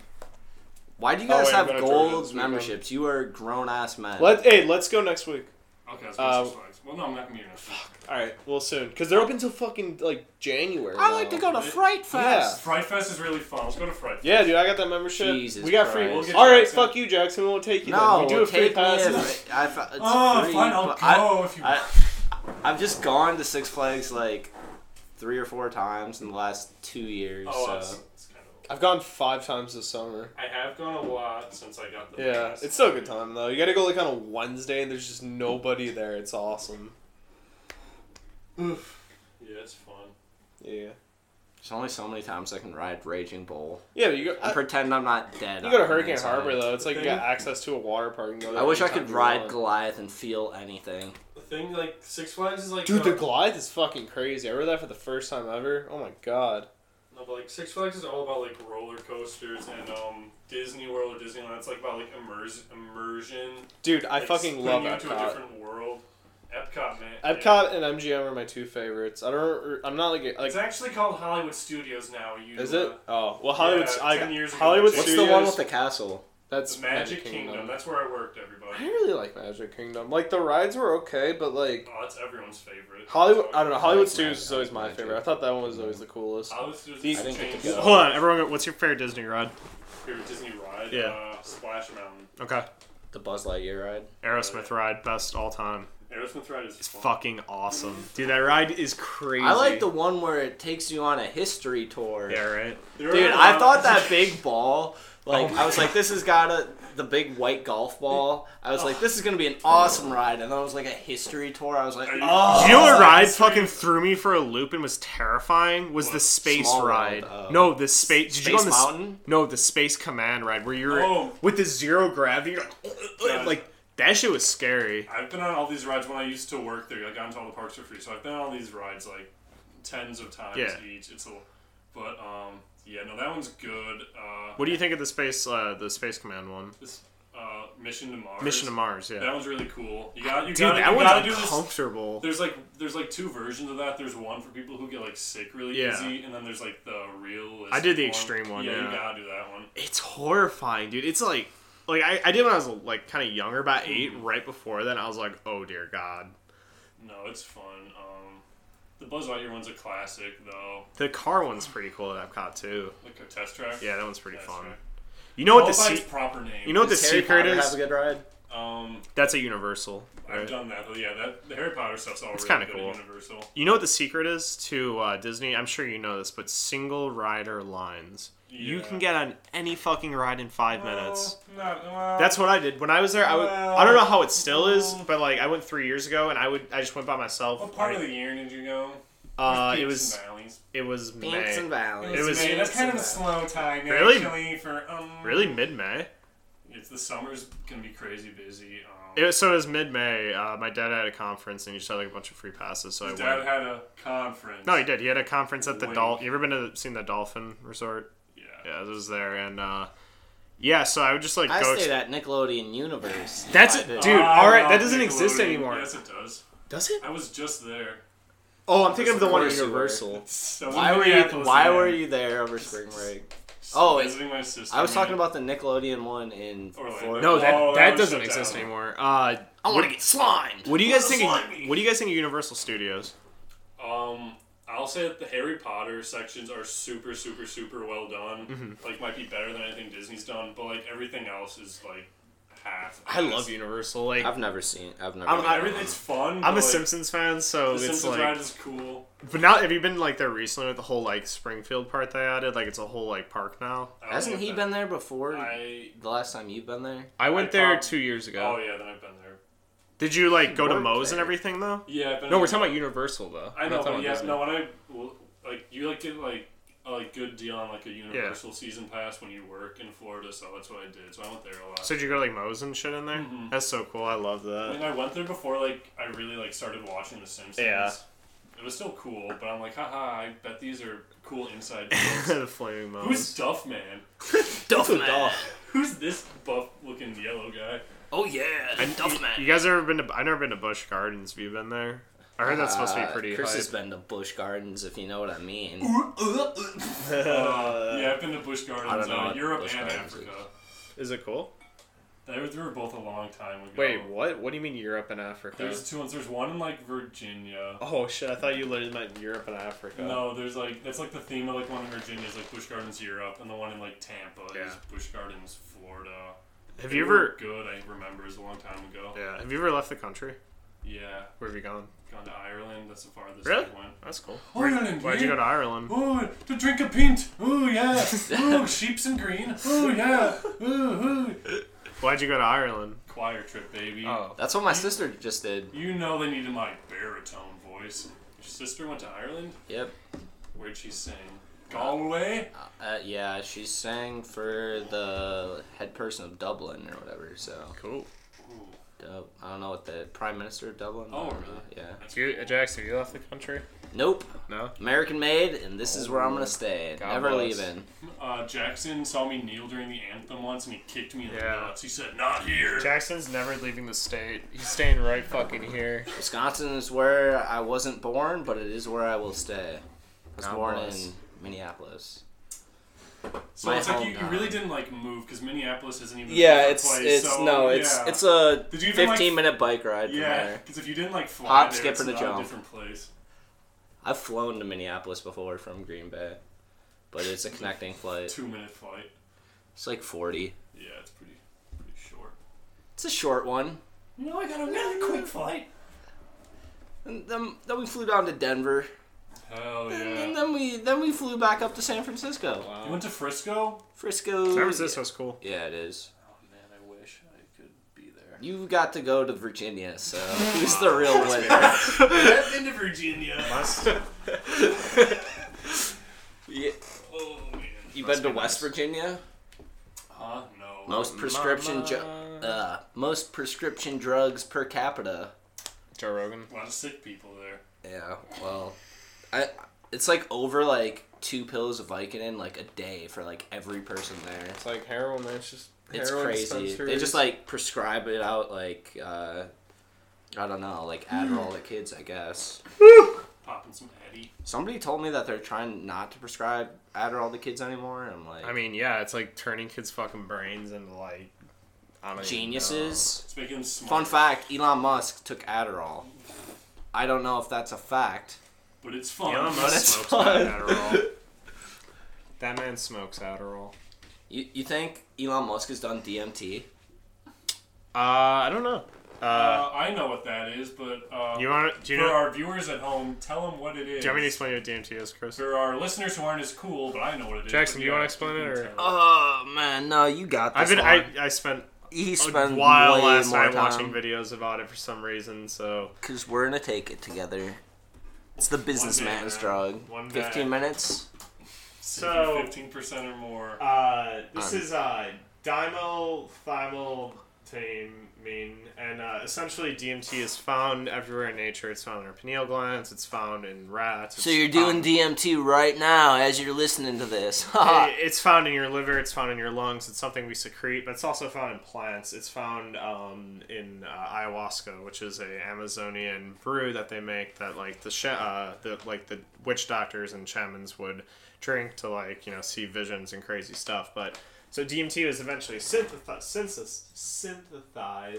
[SPEAKER 2] Why do you
[SPEAKER 7] Oh,
[SPEAKER 2] guys
[SPEAKER 7] wait, I'm
[SPEAKER 2] have
[SPEAKER 7] gonna turn it
[SPEAKER 2] gold
[SPEAKER 7] this weekend.
[SPEAKER 2] memberships? You are grown ass men.
[SPEAKER 7] let hey, let's go next week.
[SPEAKER 3] Okay, let's go
[SPEAKER 7] Uh,
[SPEAKER 3] to Six Flags. Well, no, I'm not gonna be here next week.
[SPEAKER 7] All right, well soon, because they're open till fucking like January.
[SPEAKER 2] I like to
[SPEAKER 7] now.
[SPEAKER 2] go to Fright Fest.
[SPEAKER 3] Fright Fest is really fun. Let's go to Fright. Fest.
[SPEAKER 7] Yeah, dude, I got that membership.
[SPEAKER 2] Jesus
[SPEAKER 7] we got free.
[SPEAKER 2] Christ.
[SPEAKER 3] We'll get
[SPEAKER 7] All right,
[SPEAKER 3] Jackson.
[SPEAKER 7] fuck you, Jackson. We won't take you.
[SPEAKER 2] No,
[SPEAKER 7] then. we do a free
[SPEAKER 2] take
[SPEAKER 7] pass.
[SPEAKER 2] me. if- I, fa- it's
[SPEAKER 3] Oh,
[SPEAKER 2] free,
[SPEAKER 3] fine. I'll go
[SPEAKER 2] but I,
[SPEAKER 3] if you.
[SPEAKER 2] I, I've just gone to Six Flags like three or four times in the last two years.
[SPEAKER 3] oh,
[SPEAKER 2] so.
[SPEAKER 3] it's, it's kind of.
[SPEAKER 7] I've gone five times this summer.
[SPEAKER 3] I have gone a lot since I got the.
[SPEAKER 7] Yeah,
[SPEAKER 3] pass.
[SPEAKER 7] it's still a good time though. You got to go like on a Wednesday, and there's just nobody there. It's awesome.
[SPEAKER 3] Yeah, it's fun.
[SPEAKER 7] Yeah.
[SPEAKER 2] There's only so many times I can ride Raging Bull
[SPEAKER 7] Yeah, but you go.
[SPEAKER 2] and pretend I'm not dead.
[SPEAKER 7] you go to
[SPEAKER 2] on the
[SPEAKER 7] Hurricane
[SPEAKER 2] inside.
[SPEAKER 7] Harbor though. It's like you got
[SPEAKER 3] Thing-
[SPEAKER 7] access to a water park. And go there
[SPEAKER 2] I wish I
[SPEAKER 7] anytime
[SPEAKER 2] could
[SPEAKER 7] you
[SPEAKER 2] ride
[SPEAKER 7] want.
[SPEAKER 2] Goliath and feel anything.
[SPEAKER 3] The thing like Six Flags is like.
[SPEAKER 7] Dude,
[SPEAKER 3] uh,
[SPEAKER 7] the Glide is fucking crazy. I rode that for the first time ever. Oh my god.
[SPEAKER 3] no, but, like Six Flags is all about like roller coasters and um Disney World or Disneyland. It's like about like immerse, immersion.
[SPEAKER 7] Dude, I
[SPEAKER 3] like,
[SPEAKER 7] fucking
[SPEAKER 3] putting
[SPEAKER 7] love
[SPEAKER 3] you into a
[SPEAKER 7] Epcot.
[SPEAKER 3] different world. Epcot man.
[SPEAKER 7] Epcot and MGM are my two favorites. I don't. er, I'm not like like.
[SPEAKER 3] It's actually called Hollywood Studios now. You
[SPEAKER 7] Is
[SPEAKER 3] uh,
[SPEAKER 7] it? Oh well, Hollywood.
[SPEAKER 3] Yeah,
[SPEAKER 7] I,
[SPEAKER 3] 10 years ago,
[SPEAKER 7] Hollywood
[SPEAKER 3] it's-
[SPEAKER 2] What's
[SPEAKER 7] Studios.
[SPEAKER 2] the one with the castle?
[SPEAKER 7] That's
[SPEAKER 3] the Magic Kingdom. That's where I worked, everybody.
[SPEAKER 7] I really like Magic Kingdom. Like the rides were okay, but like
[SPEAKER 3] Oh, that's everyone's favorite.
[SPEAKER 7] Hollywood. I don't know. Hollywood
[SPEAKER 2] Magic.
[SPEAKER 7] Studios is always my
[SPEAKER 2] Magic.
[SPEAKER 7] favorite. I thought that one was always the coolest.
[SPEAKER 3] Hollywood Studios.
[SPEAKER 7] The-
[SPEAKER 3] has
[SPEAKER 2] I didn't get to
[SPEAKER 3] changed
[SPEAKER 2] go.
[SPEAKER 3] so
[SPEAKER 1] Hold on, everyone. What's your favorite Disney ride?
[SPEAKER 3] Favorite Disney ride?
[SPEAKER 1] Yeah.
[SPEAKER 3] Uh, Splash Mountain.
[SPEAKER 1] Okay,
[SPEAKER 2] The Buzz Lightyear ride.
[SPEAKER 1] Aerosmith ride, best all time.
[SPEAKER 3] Aerosmith ride is
[SPEAKER 1] It's
[SPEAKER 3] fun.
[SPEAKER 1] fucking awesome, dude. That ride is crazy.
[SPEAKER 2] I like the one where it takes you on a history tour.
[SPEAKER 1] Yeah, right.
[SPEAKER 3] There
[SPEAKER 2] Dude,
[SPEAKER 3] are uh, a
[SPEAKER 2] I
[SPEAKER 3] lot-
[SPEAKER 2] thought that big ball.
[SPEAKER 1] Oh
[SPEAKER 7] Oh
[SPEAKER 2] Like I was like, this has got a the big white golf ball. I was like, this is gonna be an awesome ride, and then it was like a history tour. I was like,
[SPEAKER 3] Are you-
[SPEAKER 2] oh,
[SPEAKER 1] you know what
[SPEAKER 3] Oh,
[SPEAKER 1] ride
[SPEAKER 3] that's
[SPEAKER 1] fucking threw me for a loop and was terrifying? Was
[SPEAKER 3] What?
[SPEAKER 1] the space
[SPEAKER 2] Small
[SPEAKER 1] ride.
[SPEAKER 2] World, uh,
[SPEAKER 1] no, the space. Did you go on
[SPEAKER 2] Space
[SPEAKER 1] the s-
[SPEAKER 2] Mountain?
[SPEAKER 1] No, the space command ride where you're
[SPEAKER 3] Oh.
[SPEAKER 1] with the zero gravity. You're like,
[SPEAKER 3] Yeah.
[SPEAKER 1] like that shit was scary.
[SPEAKER 3] I've been on all these rides when I used to work there. I got into all the parks for free, so I've been on all these rides like tens of times
[SPEAKER 1] Yeah.
[SPEAKER 3] each. It's a, but um, yeah, no, that one's good. Uh,
[SPEAKER 1] What do you think of the space? Uh, the space command one.
[SPEAKER 3] this uh, Mission to Mars?
[SPEAKER 1] Mission to Mars. Yeah.
[SPEAKER 3] That one's really cool. You got you
[SPEAKER 1] Dude,
[SPEAKER 3] got
[SPEAKER 1] that
[SPEAKER 3] you gotta
[SPEAKER 1] one's
[SPEAKER 3] do this.
[SPEAKER 1] uncomfortable.
[SPEAKER 3] There's like there's like two versions of that. There's one for people who get like sick really
[SPEAKER 1] Yeah.
[SPEAKER 3] easy, and then there's like the real.
[SPEAKER 1] I did the extreme one,
[SPEAKER 3] Yeah,
[SPEAKER 1] yeah.
[SPEAKER 3] you gotta do that one.
[SPEAKER 1] It's horrifying, dude. It's like, like I, I did when I was like kind of younger, about eight.
[SPEAKER 3] Mm.
[SPEAKER 1] Right before then, I was like, oh dear God.
[SPEAKER 3] No, it's fun. Um, the Buzz Lightyear one's a classic though.
[SPEAKER 1] The car one's pretty cool at Epcot too.
[SPEAKER 3] Like a test track.
[SPEAKER 1] Yeah, that one's pretty
[SPEAKER 3] Test
[SPEAKER 1] fun.
[SPEAKER 3] track.
[SPEAKER 1] You know what the
[SPEAKER 3] Go by its
[SPEAKER 1] se-
[SPEAKER 3] proper name.
[SPEAKER 1] you know what the
[SPEAKER 2] Does Harry
[SPEAKER 1] secret
[SPEAKER 2] Potter
[SPEAKER 1] is?
[SPEAKER 2] Have a good ride.
[SPEAKER 3] um,
[SPEAKER 1] That's a Universal.
[SPEAKER 3] I've
[SPEAKER 1] Right?
[SPEAKER 3] done that, but yeah, that the Harry Potter stuff's all
[SPEAKER 1] It's kinda
[SPEAKER 3] really good
[SPEAKER 1] cool.
[SPEAKER 3] at Universal.
[SPEAKER 1] You know what the secret is to uh, Disney? I'm sure you know this, but single rider lines. You
[SPEAKER 3] Yeah.
[SPEAKER 1] can get on any fucking ride in
[SPEAKER 2] Uh,
[SPEAKER 1] five minutes.
[SPEAKER 4] Not, well,
[SPEAKER 1] That's what I did when I was there. I, would, I don't know how it still is, but like I went three years ago, and I would I just went by myself.
[SPEAKER 3] What part
[SPEAKER 1] I-
[SPEAKER 3] of the year did you go?
[SPEAKER 1] uh, it
[SPEAKER 3] Peaks
[SPEAKER 1] was
[SPEAKER 3] and valleys.
[SPEAKER 1] it was
[SPEAKER 2] Pinks and
[SPEAKER 1] May,
[SPEAKER 2] valleys.
[SPEAKER 1] It was-
[SPEAKER 3] May. That's kind of a
[SPEAKER 2] Peaks and
[SPEAKER 3] slow time
[SPEAKER 1] Really?
[SPEAKER 3] actually for um.
[SPEAKER 1] really mid May.
[SPEAKER 3] It's the summer's gonna be crazy busy. Um,
[SPEAKER 1] It was, so it was mid May. Uh, my dad had a conference, and he just had like a bunch of free passes, so I
[SPEAKER 3] his
[SPEAKER 1] went.
[SPEAKER 3] dad had a conference.
[SPEAKER 1] no, he did. He had a conference at the
[SPEAKER 3] Wait.
[SPEAKER 1] Dolphin. You ever been to seen the Dolphin Resort?
[SPEAKER 3] Yeah.
[SPEAKER 1] Yeah, I was there, and uh, yeah, so I would just like
[SPEAKER 2] I
[SPEAKER 1] go.
[SPEAKER 2] stayed at Nickelodeon Universe.
[SPEAKER 1] That's
[SPEAKER 2] I
[SPEAKER 1] it,
[SPEAKER 2] did.
[SPEAKER 1] dude.
[SPEAKER 3] Ah,
[SPEAKER 1] all right, that
[SPEAKER 3] not
[SPEAKER 1] doesn't exist
[SPEAKER 3] Nickelodeon.
[SPEAKER 1] anymore.
[SPEAKER 3] Yes, it does.
[SPEAKER 1] Does it?
[SPEAKER 3] I was just there.
[SPEAKER 1] Oh, I'm thinking of the one at
[SPEAKER 2] course you were.
[SPEAKER 1] Universal.
[SPEAKER 3] So I was in
[SPEAKER 2] Why were you?
[SPEAKER 3] Minneapolis
[SPEAKER 2] Why
[SPEAKER 3] and
[SPEAKER 2] were you there over spring break?
[SPEAKER 3] just
[SPEAKER 2] Oh, wait.
[SPEAKER 3] visiting my sister.
[SPEAKER 2] I was talking
[SPEAKER 3] man.
[SPEAKER 2] about the Nickelodeon one in
[SPEAKER 3] Orlando.
[SPEAKER 2] Florida.
[SPEAKER 1] No, that
[SPEAKER 3] Oh, that
[SPEAKER 1] that
[SPEAKER 3] was
[SPEAKER 1] doesn't
[SPEAKER 3] shut
[SPEAKER 1] exist
[SPEAKER 3] down.
[SPEAKER 1] anymore. Uh,
[SPEAKER 2] I want to get slimed.
[SPEAKER 1] what do you guys think?
[SPEAKER 3] slimy.
[SPEAKER 1] Of, what do you guys think of Universal Studios?
[SPEAKER 3] Um, I'll say that the Harry Potter sections are super, super, super well done.
[SPEAKER 1] Mm-hmm.
[SPEAKER 3] Like, might be better than anything Disney's done, but like everything else is like half.
[SPEAKER 1] I love Universal. Like,
[SPEAKER 2] I've never seen. I've never.
[SPEAKER 1] I'm-
[SPEAKER 3] Like, everything's fun. but,
[SPEAKER 1] I'm a
[SPEAKER 3] like,
[SPEAKER 1] Simpsons fan, so it's
[SPEAKER 3] The Simpsons
[SPEAKER 1] like.
[SPEAKER 3] ride is cool.
[SPEAKER 1] But now, have you been like there recently with the whole like Springfield part they added? Like, it's a whole like park now.
[SPEAKER 3] I don't
[SPEAKER 2] Hasn't
[SPEAKER 3] get
[SPEAKER 2] he
[SPEAKER 3] that.
[SPEAKER 2] been there before?
[SPEAKER 3] I.
[SPEAKER 2] the last time you've been there.
[SPEAKER 1] I went there
[SPEAKER 3] prob-
[SPEAKER 1] two years ago.
[SPEAKER 3] Oh yeah, then I've been there.
[SPEAKER 1] Did you like go to
[SPEAKER 2] Worked
[SPEAKER 1] Moe's and
[SPEAKER 2] there.
[SPEAKER 1] everything though?
[SPEAKER 3] Yeah, I've been.
[SPEAKER 1] No, we're talking about Universal though.
[SPEAKER 3] I
[SPEAKER 1] We're
[SPEAKER 3] know,
[SPEAKER 1] not talking
[SPEAKER 3] but
[SPEAKER 1] about
[SPEAKER 3] yeah,
[SPEAKER 1] Disney.
[SPEAKER 3] no. When I like, you like get like a like, good deal on like a Universal season pass when you work in Florida, so that's what I did. So I went there a lot.
[SPEAKER 1] So did you go to like Moe's and shit in there?
[SPEAKER 3] Mhm.
[SPEAKER 1] That's so cool. I love
[SPEAKER 3] I mean,
[SPEAKER 1] that.
[SPEAKER 3] I went there before, like, I really, like, started watching The Simpsons.
[SPEAKER 1] Yeah.
[SPEAKER 3] It was still cool, but I'm like, haha, I bet these are cool inside jokes.
[SPEAKER 1] the flaming Moe's.
[SPEAKER 3] Who's Duff Man?
[SPEAKER 2] Duffman.
[SPEAKER 3] Who's this buff-looking yellow guy?
[SPEAKER 2] Oh yeah,
[SPEAKER 1] You guys ever been to? I've never been to Busch Gardens. Have you been there? I heard that's supposed to be pretty.
[SPEAKER 2] Uh, Chris has
[SPEAKER 1] Hype.
[SPEAKER 2] been to Bush Gardens, if you know what I mean.
[SPEAKER 3] Uh, yeah, I've been to Busch Gardens,
[SPEAKER 2] I don't know
[SPEAKER 3] uh,
[SPEAKER 2] what
[SPEAKER 3] Europe
[SPEAKER 2] Busch
[SPEAKER 3] and
[SPEAKER 2] Gardens
[SPEAKER 3] Africa.
[SPEAKER 1] Is it cool?
[SPEAKER 3] They were, they were both a long time ago.
[SPEAKER 1] Wait, what? What do you mean Europe and Africa?
[SPEAKER 3] There's two ones. There's one in, like, Virginia.
[SPEAKER 1] Oh shit! I thought you literally meant Europe and Africa.
[SPEAKER 3] No, there's, like, that's, like, the theme of, like, one in Virginia is, like, Busch Gardens, Europe, and the one in, like, Tampa is
[SPEAKER 1] Yeah.
[SPEAKER 3] Busch Gardens, Florida.
[SPEAKER 1] Have
[SPEAKER 3] They
[SPEAKER 1] you
[SPEAKER 3] were
[SPEAKER 1] ever?
[SPEAKER 3] Good, I remember. It was a long time ago.
[SPEAKER 1] Yeah. Have you ever left the country?
[SPEAKER 3] Yeah.
[SPEAKER 1] Where have you gone?
[SPEAKER 3] gone to Ireland. That's the farthest
[SPEAKER 1] Really?
[SPEAKER 3] I've went.
[SPEAKER 1] That's cool.
[SPEAKER 3] Ireland.
[SPEAKER 1] Why'd you go to Ireland?
[SPEAKER 3] Oh, to drink a pint. Oh yeah. Oh, sheep's and green. Oh yeah. Ooh, ooh.
[SPEAKER 1] Why'd you go to Ireland?
[SPEAKER 3] Choir trip, baby.
[SPEAKER 1] Oh.
[SPEAKER 2] That's what my sister just did.
[SPEAKER 3] You know they needed my baritone voice. Your sister went to Ireland.
[SPEAKER 2] Yep.
[SPEAKER 3] Where'd she sing? Galway.
[SPEAKER 2] Uh, yeah, she sang for the head person of Dublin or whatever. So,
[SPEAKER 1] Cool.
[SPEAKER 3] Ooh.
[SPEAKER 2] Dub- I don't know what the prime minister of Dublin.
[SPEAKER 3] Oh,
[SPEAKER 2] I don't
[SPEAKER 3] really?
[SPEAKER 2] know. Yeah.
[SPEAKER 3] That's
[SPEAKER 1] You, uh,
[SPEAKER 3] cool.
[SPEAKER 1] Jackson, you left the country?
[SPEAKER 2] Nope.
[SPEAKER 1] No.
[SPEAKER 2] American made, and this is where I'm
[SPEAKER 3] Oh,
[SPEAKER 2] gonna stay.
[SPEAKER 1] God
[SPEAKER 2] Never
[SPEAKER 1] bless.
[SPEAKER 2] leaving.
[SPEAKER 3] Uh, Jackson saw me kneel during the anthem once, and he kicked me in the
[SPEAKER 1] Yeah.
[SPEAKER 3] nuts. He said, "Not here."
[SPEAKER 1] Jackson's never leaving the state. He's staying right fucking here.
[SPEAKER 2] Wisconsin is where I wasn't born, but it is where I will stay. I was
[SPEAKER 1] God
[SPEAKER 2] born
[SPEAKER 1] bless.
[SPEAKER 2] in Minneapolis.
[SPEAKER 3] so
[SPEAKER 2] my
[SPEAKER 3] it's like you, you
[SPEAKER 2] hometown.
[SPEAKER 3] really didn't like move because Minneapolis isn't even. a
[SPEAKER 2] Yeah,
[SPEAKER 3] proper
[SPEAKER 2] it's
[SPEAKER 3] place,
[SPEAKER 2] it's
[SPEAKER 3] so,
[SPEAKER 2] no, it's
[SPEAKER 3] yeah.
[SPEAKER 2] it's a
[SPEAKER 3] Did you even, like,
[SPEAKER 2] 15 minute bike ride from
[SPEAKER 3] Yeah,
[SPEAKER 2] there.
[SPEAKER 3] because if you didn't like fly,
[SPEAKER 2] Hop,
[SPEAKER 3] there,
[SPEAKER 2] skip,
[SPEAKER 3] it's
[SPEAKER 2] and a
[SPEAKER 3] not
[SPEAKER 2] jump.
[SPEAKER 3] a different place.
[SPEAKER 2] I've flown to Minneapolis before from Green Bay, but it's a connecting flight.
[SPEAKER 3] Two minute flight.
[SPEAKER 2] It's like 40.
[SPEAKER 3] Yeah, it's pretty pretty short.
[SPEAKER 2] It's a short one.
[SPEAKER 3] No, I got a really quick flight.
[SPEAKER 2] And then, then we flew down to Denver, and,
[SPEAKER 3] Hell yeah!
[SPEAKER 2] then we then we flew back up to San Francisco,
[SPEAKER 3] You went to Frisco?
[SPEAKER 2] Frisco.
[SPEAKER 1] San Francisco's cool.
[SPEAKER 2] Yeah, it is.
[SPEAKER 3] Oh man, I wish I could be there.
[SPEAKER 2] You got to go to Virginia, so who's the real winner?
[SPEAKER 3] I've been to Virginia.
[SPEAKER 2] You,
[SPEAKER 3] Oh man.
[SPEAKER 2] you
[SPEAKER 1] Must
[SPEAKER 2] been to
[SPEAKER 1] be
[SPEAKER 2] West
[SPEAKER 1] nice.
[SPEAKER 2] Virginia?
[SPEAKER 3] Huh? No.
[SPEAKER 2] Most prescription ju- uh, most prescription drugs per capita.
[SPEAKER 1] Joe Rogan.
[SPEAKER 3] A lot of sick people there.
[SPEAKER 2] Yeah, well, I it's like over like two pills of Vicodin like a day for like every person there.
[SPEAKER 1] It's like heroin, man. It's just
[SPEAKER 2] It's crazy. They just like prescribe it out like uh, I don't know, like Adderall to kids, I guess.
[SPEAKER 3] Popping some Eddie.
[SPEAKER 2] Somebody told me that they're trying not to prescribe Adderall to kids anymore. and I'm like,
[SPEAKER 1] I mean, yeah, it's like turning kids' fucking brains into like. I don't even
[SPEAKER 2] geniuses.
[SPEAKER 3] It's making them smart.
[SPEAKER 2] Fun fact: Elon Musk took Adderall. I don't know if that's a fact.
[SPEAKER 3] But it's
[SPEAKER 1] know.
[SPEAKER 3] fun.
[SPEAKER 1] Elon
[SPEAKER 2] But
[SPEAKER 1] Musk
[SPEAKER 2] it's
[SPEAKER 1] smokes
[SPEAKER 2] fun.
[SPEAKER 1] Adderall. that man smokes Adderall.
[SPEAKER 2] You, you think Elon Musk has done DMT?
[SPEAKER 1] Uh, I don't know. Uh,
[SPEAKER 3] Uh, I know what that is, but uh,
[SPEAKER 1] you want? Do you
[SPEAKER 3] for
[SPEAKER 1] know?
[SPEAKER 3] our viewers at home, tell them what it is.
[SPEAKER 1] Do you want me to explain what DMT is, Chris?
[SPEAKER 3] For our listeners who aren't as cool, but I know what it is.
[SPEAKER 1] Jackson,
[SPEAKER 3] but
[SPEAKER 1] do you wanna
[SPEAKER 3] yeah,
[SPEAKER 1] explain
[SPEAKER 3] you
[SPEAKER 1] it,
[SPEAKER 3] can
[SPEAKER 1] or-
[SPEAKER 3] tell.
[SPEAKER 2] Oh man, no, you got this.
[SPEAKER 1] I've been. I,
[SPEAKER 2] one.
[SPEAKER 1] I spent
[SPEAKER 2] he
[SPEAKER 1] a
[SPEAKER 2] spent
[SPEAKER 1] while
[SPEAKER 2] way
[SPEAKER 1] last
[SPEAKER 2] more
[SPEAKER 1] night
[SPEAKER 2] time
[SPEAKER 1] watching videos about it for some reason. So
[SPEAKER 2] because we're gonna take it together. It's the businessman's
[SPEAKER 3] man.
[SPEAKER 2] drug.
[SPEAKER 3] One man.
[SPEAKER 2] Fifteen minutes. Oh.
[SPEAKER 1] So-
[SPEAKER 3] fifteen percent or more.
[SPEAKER 1] Uh, this
[SPEAKER 2] Um,
[SPEAKER 1] is uh, dimethylthymidine, and uh, essentially DMT is found everywhere in nature. It's found in our pineal glands. It's found in rats.
[SPEAKER 2] So
[SPEAKER 1] it's
[SPEAKER 2] you're doing
[SPEAKER 1] found-
[SPEAKER 2] DMT right now as you're listening to this.
[SPEAKER 1] It- It's found in your liver. It's found in your lungs. It's something we secrete, but it's also found in plants. It's found um, in uh, ayahuasca, which is a Amazonian brew that they make that like the sha uh, the like the witch doctors and shamans would drink to like you know see visions and crazy stuff. But so DMT was eventually synthesized, synthesized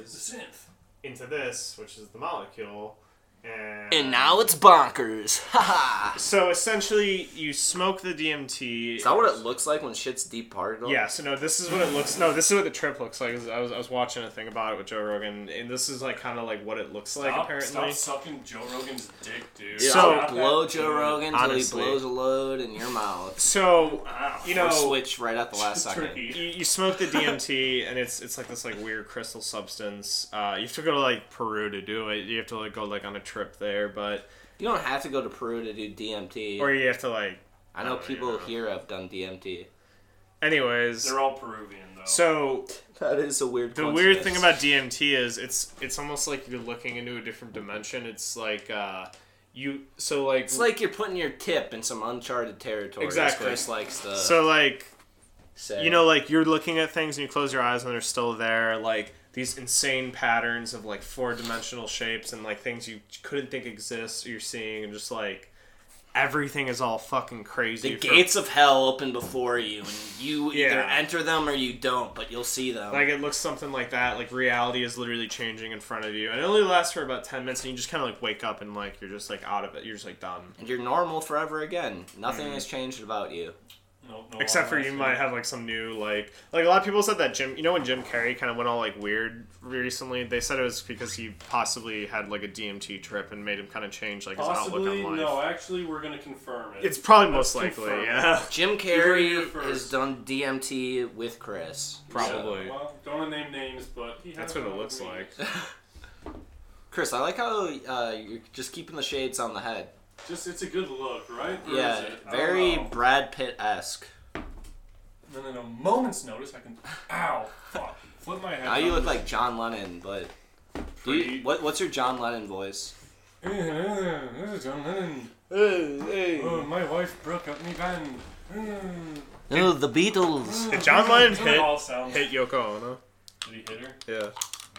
[SPEAKER 3] Synth.
[SPEAKER 1] into this, which is the molecule. And,
[SPEAKER 2] and now it's bonkers. Haha.
[SPEAKER 1] so essentially, you smoke the DMT.
[SPEAKER 2] Is that what it looks like when shit's deep particle?
[SPEAKER 1] Yeah, so no, this is what it looks. No, this is what the trip looks like. I was, I was watching a thing about it with Joe Rogan, and this is like kind of like what it looks like
[SPEAKER 3] Stop,
[SPEAKER 1] apparently.
[SPEAKER 3] stop sucking Joe Rogan's dick, dude.
[SPEAKER 2] Dude,
[SPEAKER 1] So-
[SPEAKER 2] I would blow Joe Rogan till he
[SPEAKER 1] Honestly.
[SPEAKER 2] blows a load in your mouth.
[SPEAKER 1] So
[SPEAKER 3] Wow.
[SPEAKER 1] you
[SPEAKER 2] Or
[SPEAKER 1] know,
[SPEAKER 2] switch right at the last second.
[SPEAKER 1] you, you smoke the DMT, and it's it's like this like weird crystal substance. Uh, you have to go to like Peru to do it. You have to like go like on a trip there, but
[SPEAKER 2] You don't have to go to Peru to do DMT.
[SPEAKER 1] or you have to like.
[SPEAKER 2] I know
[SPEAKER 1] Oh,
[SPEAKER 2] people
[SPEAKER 1] yeah.
[SPEAKER 2] here have done DMT.
[SPEAKER 1] Anyways,
[SPEAKER 3] They're all Peruvian though.
[SPEAKER 1] so
[SPEAKER 2] That is a weird.
[SPEAKER 1] the weird thing about DMT is it's it's almost like you're looking into a different dimension. It's like uh, you so like
[SPEAKER 2] it's like you're putting your tip in some uncharted territory. as
[SPEAKER 1] Exactly.
[SPEAKER 2] Chris likes to
[SPEAKER 1] so like
[SPEAKER 2] say.
[SPEAKER 1] you know like you're looking at things and you close your eyes and they're still there like these insane patterns of like four-dimensional shapes and like things you couldn't think exist you're seeing and just like everything is all fucking crazy
[SPEAKER 2] the
[SPEAKER 1] for-
[SPEAKER 2] gates of hell open before you, and you either
[SPEAKER 1] Yeah.
[SPEAKER 2] enter them or you don't, but you'll see them.
[SPEAKER 1] like it looks something like that like reality is literally changing in front of you and it only lasts for about 10 minutes and you just kind of like wake up and like you're just like out of it you're just like done
[SPEAKER 2] and you're normal forever again. Nothing
[SPEAKER 1] Mm.
[SPEAKER 2] has changed about you.
[SPEAKER 3] no, no
[SPEAKER 1] Except for
[SPEAKER 3] one
[SPEAKER 1] you
[SPEAKER 3] else.
[SPEAKER 1] might have like some new like like a lot of people said that Jim you know when Jim Carrey kind of went all like weird recently they said it was because he possibly had like a DMT trip and made him kind of change like his
[SPEAKER 3] Possibly,
[SPEAKER 1] outlook on life.
[SPEAKER 3] no. Actually, we're gonna confirm it.
[SPEAKER 1] It's probably most
[SPEAKER 3] That's
[SPEAKER 1] likely,
[SPEAKER 3] confirmed.
[SPEAKER 1] yeah.
[SPEAKER 2] Jim
[SPEAKER 3] You heard
[SPEAKER 2] Carrey
[SPEAKER 3] it here
[SPEAKER 2] has
[SPEAKER 3] first.
[SPEAKER 2] done DMT with Chris.
[SPEAKER 1] Probably.
[SPEAKER 3] Well, don't wanna name names, but he had
[SPEAKER 1] That's
[SPEAKER 3] a
[SPEAKER 1] what it
[SPEAKER 3] problem
[SPEAKER 1] looks
[SPEAKER 3] with me.
[SPEAKER 1] like.
[SPEAKER 2] Chris, I like how uh, you're just keeping the shades on the head.
[SPEAKER 3] Just it's a good look, right? Or
[SPEAKER 2] yeah,
[SPEAKER 3] is it? I don't
[SPEAKER 2] very
[SPEAKER 3] know.
[SPEAKER 2] Brad Pitt esque.
[SPEAKER 3] Then in a moment's notice, I can. Ow! Fuck! Flip my head.
[SPEAKER 2] Now you
[SPEAKER 3] down.
[SPEAKER 2] look like John Lennon, but do you-
[SPEAKER 3] Pretty-
[SPEAKER 2] what, what's your John Lennon voice?
[SPEAKER 3] "Uh, John Lennon.
[SPEAKER 2] Oh,
[SPEAKER 3] Uh, my wife broke up me band. Uh,
[SPEAKER 2] No, the Beatles.
[SPEAKER 1] Did John Lennon
[SPEAKER 3] They
[SPEAKER 1] hit
[SPEAKER 3] all sound.
[SPEAKER 1] hit Yoko Ono?
[SPEAKER 3] Did he hit her?
[SPEAKER 1] Yeah.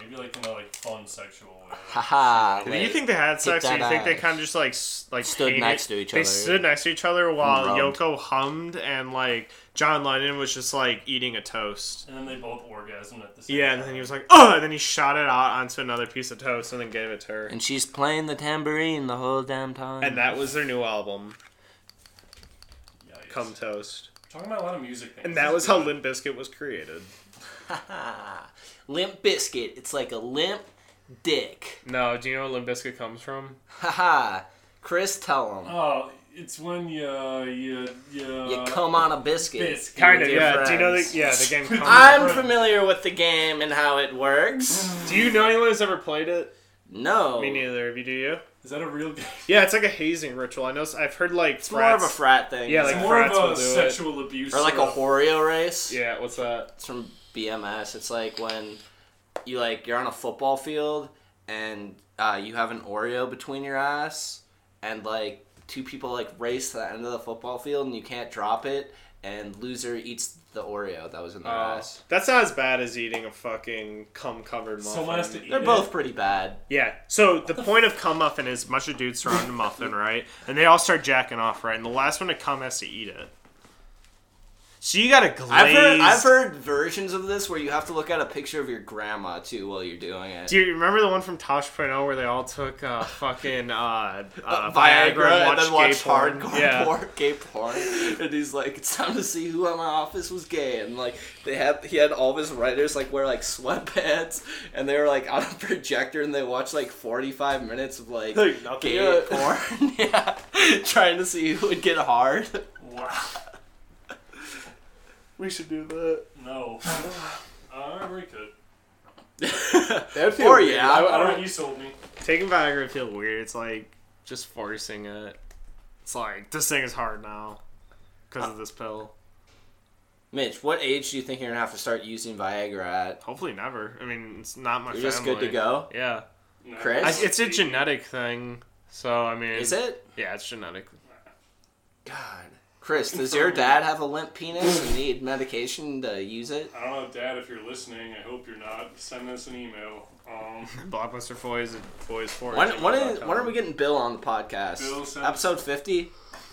[SPEAKER 3] Maybe like in a like fun sexual way.
[SPEAKER 2] Haha.
[SPEAKER 1] Do you think they had sex, or
[SPEAKER 2] that
[SPEAKER 1] you think they
[SPEAKER 2] ass.
[SPEAKER 1] kind of just like s- like
[SPEAKER 2] Stood
[SPEAKER 1] hated-
[SPEAKER 2] next to each
[SPEAKER 1] They
[SPEAKER 2] other.
[SPEAKER 1] stood next to each other while
[SPEAKER 2] Rummed.
[SPEAKER 1] Yoko hummed and like John Lennon was just like eating a toast.
[SPEAKER 3] And then they both orgasmed at the same.
[SPEAKER 1] Yeah, and
[SPEAKER 3] time.
[SPEAKER 1] then he was like, oh, and then he shot it out onto another piece of toast and then gave it to her.
[SPEAKER 2] And she's playing the tambourine the whole damn time.
[SPEAKER 1] And that was their new album,
[SPEAKER 3] Yikes.
[SPEAKER 1] Come Toast.
[SPEAKER 3] Talking about a lot of music. Things.
[SPEAKER 1] And that was how Limp Bizkit was created.
[SPEAKER 2] Haha. limp biscuit. It's like a limp dick.
[SPEAKER 1] No, do you know where Limp Bizkit comes from?
[SPEAKER 2] Haha. Chris, tell him.
[SPEAKER 3] Oh, it's when you uh, you you.
[SPEAKER 2] You come on a biscuit.
[SPEAKER 3] Biscuit.
[SPEAKER 1] Uh, Kinda,
[SPEAKER 2] with your
[SPEAKER 1] yeah. Do you know the
[SPEAKER 2] friends.
[SPEAKER 1] yeah the game? Come
[SPEAKER 2] I'm familiar with the game and how it works.
[SPEAKER 1] Do you know anyone who's ever played it?
[SPEAKER 2] No.
[SPEAKER 1] Mm. Me neither. Have you? Do you?
[SPEAKER 3] Is that a real game?
[SPEAKER 1] Yeah, it's like a hazing ritual. I know. I've heard like
[SPEAKER 2] It's more of a
[SPEAKER 1] frats-
[SPEAKER 2] frat thing.
[SPEAKER 1] Yeah,
[SPEAKER 3] It's
[SPEAKER 1] like
[SPEAKER 3] more
[SPEAKER 1] frats will
[SPEAKER 3] of a
[SPEAKER 1] do
[SPEAKER 3] sexual abuse.
[SPEAKER 2] or like a
[SPEAKER 3] sort of-
[SPEAKER 2] Horeo race.
[SPEAKER 1] Yeah, what's that?
[SPEAKER 2] It's from BMS. It's like when you like you're on a football field and uh, you have an Oreo between your ass and like two people like race to the end of the football field and you can't drop it and loser eats the Oreo that was in
[SPEAKER 1] Uh,
[SPEAKER 2] their
[SPEAKER 1] Oh.
[SPEAKER 2] ass.
[SPEAKER 1] That's not as bad as eating a fucking cum covered muffin.
[SPEAKER 3] Someone has to eat
[SPEAKER 2] They're
[SPEAKER 3] it.
[SPEAKER 2] both pretty bad.
[SPEAKER 1] Yeah. So the point of cum muffin is a bunch of dudes surround a muffin, right? And they all start jacking off, right? And the last one to come has to eat it. So you got a glazed.
[SPEAKER 2] I've heard, I've heard versions of this where you have to look at a picture of your grandma too while you're doing it.
[SPEAKER 1] Do you remember the one from Tosh.0 where they all took uh, fucking uh, uh,
[SPEAKER 2] Uh,
[SPEAKER 1] Viagra,
[SPEAKER 2] and then watch
[SPEAKER 1] gay porn?
[SPEAKER 2] hardcore
[SPEAKER 1] Yeah.
[SPEAKER 2] porn, gay porn, and he's like, "It's time to see who in my office was gay." And like, they had he had all of his writers like wear like sweatpants, and they were like on a projector, and they watched like forty five minutes of like,
[SPEAKER 7] Like, nothing.
[SPEAKER 2] gay porn, yeah, trying to see who would get hard.
[SPEAKER 3] Wow.
[SPEAKER 7] We should do that.
[SPEAKER 3] No. uh, we could.
[SPEAKER 7] That'd
[SPEAKER 2] Or yeah,
[SPEAKER 7] I, I
[SPEAKER 3] All
[SPEAKER 7] don't.
[SPEAKER 3] right, you sold me.
[SPEAKER 1] Taking Viagra would feel weird. It's like just forcing it. It's like this thing is hard now because
[SPEAKER 2] Uh,
[SPEAKER 1] of this pill.
[SPEAKER 2] Mitch, what age do you think you're gonna have to start using Viagra at?
[SPEAKER 1] Hopefully never. I mean, it's not my.
[SPEAKER 2] You're just good to
[SPEAKER 1] family.
[SPEAKER 2] go.
[SPEAKER 1] Yeah,
[SPEAKER 3] No.
[SPEAKER 2] Chris?
[SPEAKER 1] I, it's a genetic thing. So I mean,
[SPEAKER 2] Is it?
[SPEAKER 1] Yeah, it's genetic.
[SPEAKER 2] God, Chris, does your dad have a limp penis and need medication to use it?
[SPEAKER 3] I don't know, Dad, if you're listening. I hope you're not. Send us an email. Um,
[SPEAKER 1] Blockbuster boys, boys for
[SPEAKER 2] When, when, is, when are we getting Bill on the podcast?
[SPEAKER 3] Bill sounds-
[SPEAKER 2] Episode 50?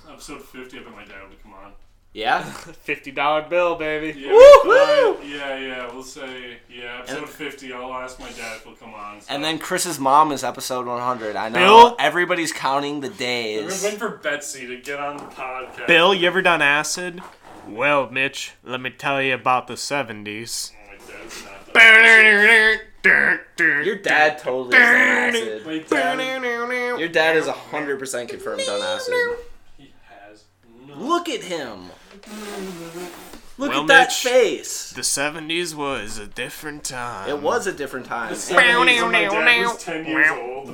[SPEAKER 3] episode 50, I bet my dad would come on.
[SPEAKER 2] Yeah.
[SPEAKER 1] fifty dollar bill, baby?
[SPEAKER 3] Yeah,
[SPEAKER 2] Woo-hoo!
[SPEAKER 3] uh, yeah, yeah, we'll say, yeah, episode
[SPEAKER 2] And-
[SPEAKER 3] 50, I'll ask my dad if he'll come on. so-
[SPEAKER 2] And then Chris's mom is episode 100. I know.
[SPEAKER 1] Bill?
[SPEAKER 2] Everybody's counting the
[SPEAKER 3] We're
[SPEAKER 2] days.
[SPEAKER 3] waiting for Betsy to get on the podcast.
[SPEAKER 1] Bill, you ever done acid? Well, Mitch, let me tell you about the seventies.
[SPEAKER 3] My dad's not the-
[SPEAKER 2] Your dad totally is on acid.
[SPEAKER 3] My dad,
[SPEAKER 2] Your dad is 100% confirmed on acid.
[SPEAKER 3] he has no.
[SPEAKER 2] Look at him. Look
[SPEAKER 1] Well,
[SPEAKER 2] at that
[SPEAKER 1] Mitch.
[SPEAKER 2] face.
[SPEAKER 1] The seventies was a different time.
[SPEAKER 2] It was a different time. I
[SPEAKER 3] when my dad was 10 years old.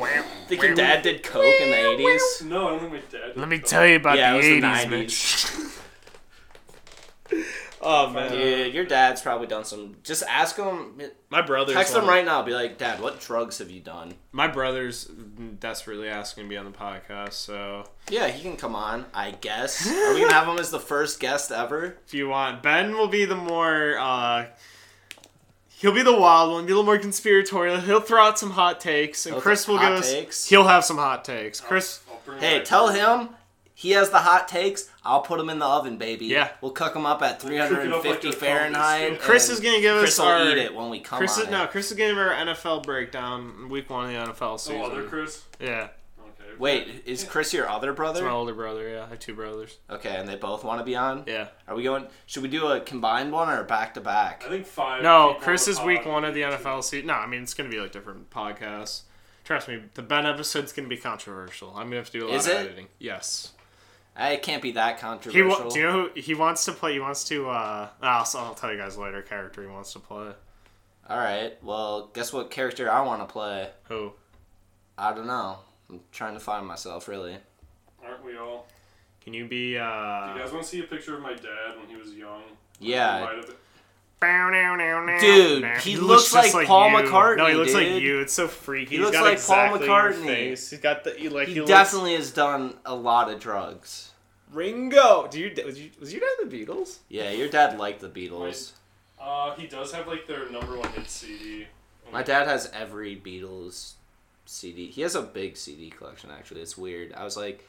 [SPEAKER 2] think your dad did coke in the 80s.
[SPEAKER 3] No, I don't think my dad.
[SPEAKER 1] Let me tell you about
[SPEAKER 2] Yeah, it
[SPEAKER 1] the
[SPEAKER 2] was the
[SPEAKER 1] eighties, Mitch.
[SPEAKER 2] 90s.
[SPEAKER 7] Oh man,
[SPEAKER 2] Dude, your dad's probably done some. Just ask him.
[SPEAKER 1] My brother's
[SPEAKER 2] Text him
[SPEAKER 1] on-
[SPEAKER 2] right now. Be like, Dad, what drugs have you done?
[SPEAKER 1] My brother's desperately asking to be on the podcast, so
[SPEAKER 2] Yeah, he can come on, I guess. Are we gonna have him as the first guest ever?
[SPEAKER 1] if you want, Ben will be the more uh he'll be the wild one, be a little more conspiratorial. He'll throw out some hot takes, and
[SPEAKER 2] Okay,
[SPEAKER 1] Chris will
[SPEAKER 2] hot
[SPEAKER 1] give us
[SPEAKER 2] takes?
[SPEAKER 1] he'll have some hot takes.
[SPEAKER 2] Oh.
[SPEAKER 1] Chris
[SPEAKER 3] I'll bring
[SPEAKER 2] Hey,
[SPEAKER 3] my-
[SPEAKER 2] tell him he has the hot takes. I'll put him in the oven, baby.
[SPEAKER 1] Yeah.
[SPEAKER 2] we'll cook him up at
[SPEAKER 3] cook it up
[SPEAKER 2] 350
[SPEAKER 3] like a crumpet.
[SPEAKER 2] Fahrenheit.
[SPEAKER 1] Chris
[SPEAKER 2] and
[SPEAKER 1] is gonna give us
[SPEAKER 2] Chris will
[SPEAKER 1] our-
[SPEAKER 2] eat it when we come
[SPEAKER 1] Chris
[SPEAKER 2] on.
[SPEAKER 1] is no
[SPEAKER 2] it.
[SPEAKER 1] Chris is giving our NFL breakdown week one of the NFL
[SPEAKER 3] Oh,
[SPEAKER 1] season.
[SPEAKER 3] other Chris?
[SPEAKER 1] Yeah.
[SPEAKER 3] Okay.
[SPEAKER 2] Wait, is Chris your other
[SPEAKER 1] It's my
[SPEAKER 2] brother?
[SPEAKER 1] older brother, yeah. I have two brothers.
[SPEAKER 2] Okay, and they both want to be on.
[SPEAKER 1] Yeah.
[SPEAKER 2] Are we going? Should we do a combined one or back to back?
[SPEAKER 3] I think five.
[SPEAKER 1] No,
[SPEAKER 3] people
[SPEAKER 1] Chris
[SPEAKER 3] on
[SPEAKER 1] is
[SPEAKER 3] the
[SPEAKER 1] week
[SPEAKER 3] pod.
[SPEAKER 1] one of the NFL season. No, I mean it's gonna be like different podcasts. Trust me, the Ben episode's gonna be controversial. I'm gonna have to do a lot
[SPEAKER 2] Is
[SPEAKER 1] of
[SPEAKER 2] it?
[SPEAKER 1] editing. Yes.
[SPEAKER 2] It can't be that
[SPEAKER 1] He
[SPEAKER 2] controversial.
[SPEAKER 1] wa- do you know who he wants to play? He wants to. uh I'll, I'll tell you guys later. Character he wants to play.
[SPEAKER 2] All right. Well, guess what character I want to play?
[SPEAKER 1] Who?
[SPEAKER 2] I don't know. I'm trying to find myself, really.
[SPEAKER 3] Aren't we all?
[SPEAKER 1] Can you be?
[SPEAKER 3] You
[SPEAKER 1] uh
[SPEAKER 3] guys want to see a picture of my dad when he was young? He
[SPEAKER 2] Yeah,
[SPEAKER 3] might have-
[SPEAKER 1] bow, now, now, now,
[SPEAKER 2] Dude,
[SPEAKER 1] now.
[SPEAKER 2] he looks like Paul
[SPEAKER 1] you. No, he
[SPEAKER 2] McCartney,
[SPEAKER 1] looks
[SPEAKER 2] dude.
[SPEAKER 1] like you. It's so freaky.
[SPEAKER 2] He
[SPEAKER 1] He's
[SPEAKER 2] looks
[SPEAKER 1] got
[SPEAKER 2] like Paul
[SPEAKER 1] exactly your
[SPEAKER 2] McCartney.
[SPEAKER 1] Face. He's got the he, like
[SPEAKER 2] he,
[SPEAKER 1] he, looks,
[SPEAKER 2] definitely has done a lot of drugs.
[SPEAKER 1] Ringo. Do you was you was your dad the Beatles?
[SPEAKER 2] Yeah, your dad liked the Beatles.
[SPEAKER 3] Uh, he does have like their number one hit CD.
[SPEAKER 2] My dad has every Beatles CD. He has a big CD collection, actually. It's weird. I was like,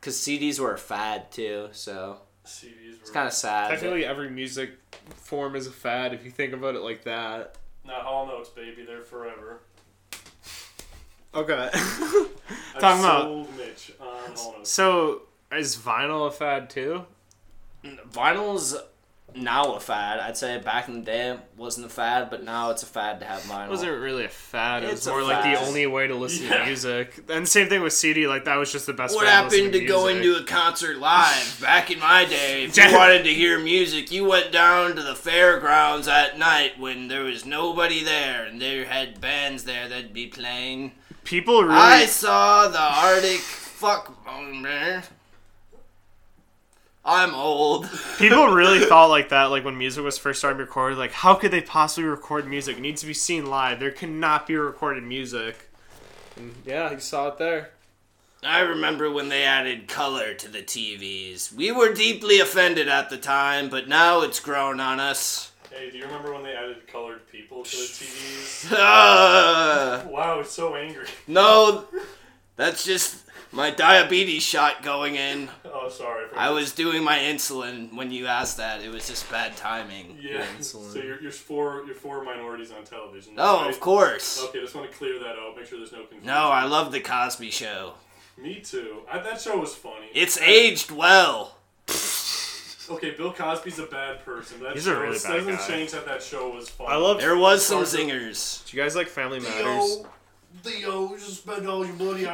[SPEAKER 2] because CDs were a fad too, so
[SPEAKER 3] CDs. Were...
[SPEAKER 2] it's kind of sad. that-
[SPEAKER 1] Technically, every music form is a fad if you think about it like that.
[SPEAKER 3] Not Hall Notes, baby. They're forever.
[SPEAKER 1] Okay.
[SPEAKER 3] I've
[SPEAKER 1] Talking about-
[SPEAKER 3] sold Mitch Um, on Hall Notes.
[SPEAKER 1] so is vinyl a fad too?
[SPEAKER 2] Vinyl's now a fad. I'd say back in the day it wasn't a fad, but now it's a fad to have vinyl.
[SPEAKER 1] It wasn't really a fad. It
[SPEAKER 2] It's
[SPEAKER 1] was
[SPEAKER 2] a
[SPEAKER 1] more like
[SPEAKER 2] fad.
[SPEAKER 1] the only way to listen
[SPEAKER 3] Yeah.
[SPEAKER 1] to music. And same thing with CD. Like that was just the best.
[SPEAKER 2] What
[SPEAKER 1] way
[SPEAKER 2] happened to
[SPEAKER 1] listen
[SPEAKER 2] going
[SPEAKER 1] music.
[SPEAKER 2] to a concert live? Back in my day, if you
[SPEAKER 1] Jack-
[SPEAKER 2] wanted to hear music, you went down to the fairgrounds at night when there was nobody there and they had bands there that'd be playing.
[SPEAKER 1] People really.
[SPEAKER 2] I saw the Arctic fuck Bomber. I'm old.
[SPEAKER 1] People really thought like that, like when music was first starting to record, like how could they possibly record music? It needs to be seen live. There cannot be recorded music. And yeah, you saw it there.
[SPEAKER 2] I remember when they added color to the TVs. We were deeply offended at the time, but now it's grown on us.
[SPEAKER 3] Hey, do you remember when they added colored people to the TVs?
[SPEAKER 2] Ah.
[SPEAKER 3] wow, it's so angry.
[SPEAKER 2] No, that's just my diabetes shot going in.
[SPEAKER 3] Oh, sorry. For
[SPEAKER 2] I was doing my insulin when you asked that. It was just bad timing.
[SPEAKER 3] Yeah. So you're, you're four you're four minorities on television.
[SPEAKER 2] Oh,
[SPEAKER 3] right?
[SPEAKER 2] of course.
[SPEAKER 3] Okay, just want to clear that out. Make sure there's no confusion.
[SPEAKER 2] No, I love the Cosby Show.
[SPEAKER 3] Me too. I, that show was funny.
[SPEAKER 2] It's aged well.
[SPEAKER 3] Okay, Bill Cosby's a bad person. That
[SPEAKER 7] He's a
[SPEAKER 3] show-
[SPEAKER 7] really
[SPEAKER 3] it
[SPEAKER 7] bad
[SPEAKER 3] doesn't
[SPEAKER 7] guy.
[SPEAKER 3] change that that show was funny.
[SPEAKER 7] I love.
[SPEAKER 2] There was some zingers.
[SPEAKER 7] Do you guys like Family Matters?
[SPEAKER 4] Theo, you just spend all your money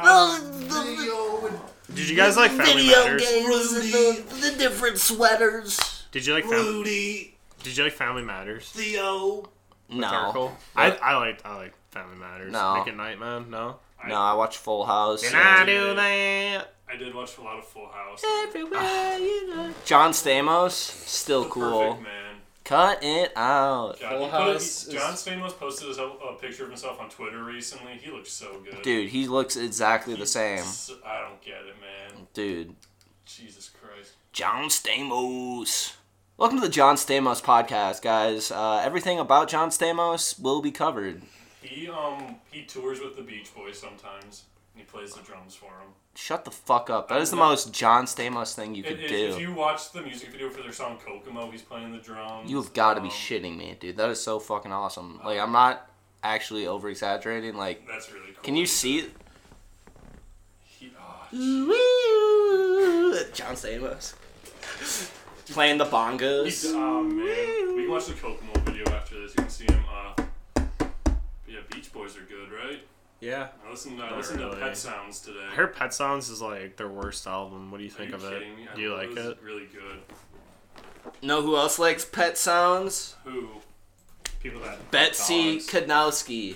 [SPEAKER 4] Theo and
[SPEAKER 7] Did you guys like Family Matters?
[SPEAKER 2] the, the different sweaters.
[SPEAKER 7] Did you like Fam-
[SPEAKER 4] Rudy,
[SPEAKER 7] Did you like Family Matters?
[SPEAKER 4] Theo.
[SPEAKER 2] No,
[SPEAKER 7] Circle? I I like I like Family Matters.
[SPEAKER 2] No.
[SPEAKER 7] Nick at Night, man. No.
[SPEAKER 2] no, I watch Full House.
[SPEAKER 7] Can
[SPEAKER 2] and-
[SPEAKER 7] I do that?
[SPEAKER 3] I did watch a lot of Full House.
[SPEAKER 2] John Stamos, still
[SPEAKER 3] The
[SPEAKER 2] cool.
[SPEAKER 3] Perfect man.
[SPEAKER 2] Cut it out, Full
[SPEAKER 3] God, he put a-
[SPEAKER 2] House
[SPEAKER 3] he-
[SPEAKER 2] is-
[SPEAKER 3] John Stamos posted a, a picture of himself on Twitter recently. He looks so good.
[SPEAKER 2] dude. He looks exactly the same,
[SPEAKER 3] S- I don't get it, man.
[SPEAKER 2] dude.
[SPEAKER 3] Jesus Christ.
[SPEAKER 2] John Stamos. Welcome to the John Stamos podcast, guys. Uh, everything about John Stamos will be covered.
[SPEAKER 3] He um he tours with the Beach Boys sometimes. And he plays the drums for them.
[SPEAKER 2] Shut the fuck up. That is the most John Stamos thing you could
[SPEAKER 3] If,
[SPEAKER 2] do.
[SPEAKER 3] if you watch the music video for their song Kokomo, he's playing the drums.
[SPEAKER 2] You've got to be
[SPEAKER 3] Um,
[SPEAKER 2] shitting me, dude. That is so fucking awesome. Like, I'm not actually over exaggerating. Like,
[SPEAKER 3] That's really cool.
[SPEAKER 2] can you see it?
[SPEAKER 3] He, oh,
[SPEAKER 2] John Stamos playing the
[SPEAKER 3] He's,
[SPEAKER 2] bongos.
[SPEAKER 3] oh man, we can watch the Kokomo video after this. You can see him. Uh, yeah, Beach Boys are good, right?
[SPEAKER 7] Yeah.
[SPEAKER 3] I listened. I
[SPEAKER 7] Not
[SPEAKER 3] listened
[SPEAKER 7] really.
[SPEAKER 3] to Pet Sounds today.
[SPEAKER 7] I heard Pet Sounds is like their worst album. What do you
[SPEAKER 3] are
[SPEAKER 7] think
[SPEAKER 3] you
[SPEAKER 7] of it?
[SPEAKER 3] kidding me? I
[SPEAKER 7] Do you
[SPEAKER 3] thought
[SPEAKER 7] like
[SPEAKER 3] was
[SPEAKER 7] it?
[SPEAKER 3] Really good.
[SPEAKER 2] Know who else likes pet sounds?
[SPEAKER 3] Who?
[SPEAKER 1] People that
[SPEAKER 2] Betsy
[SPEAKER 1] dogs.
[SPEAKER 2] Kadnowski.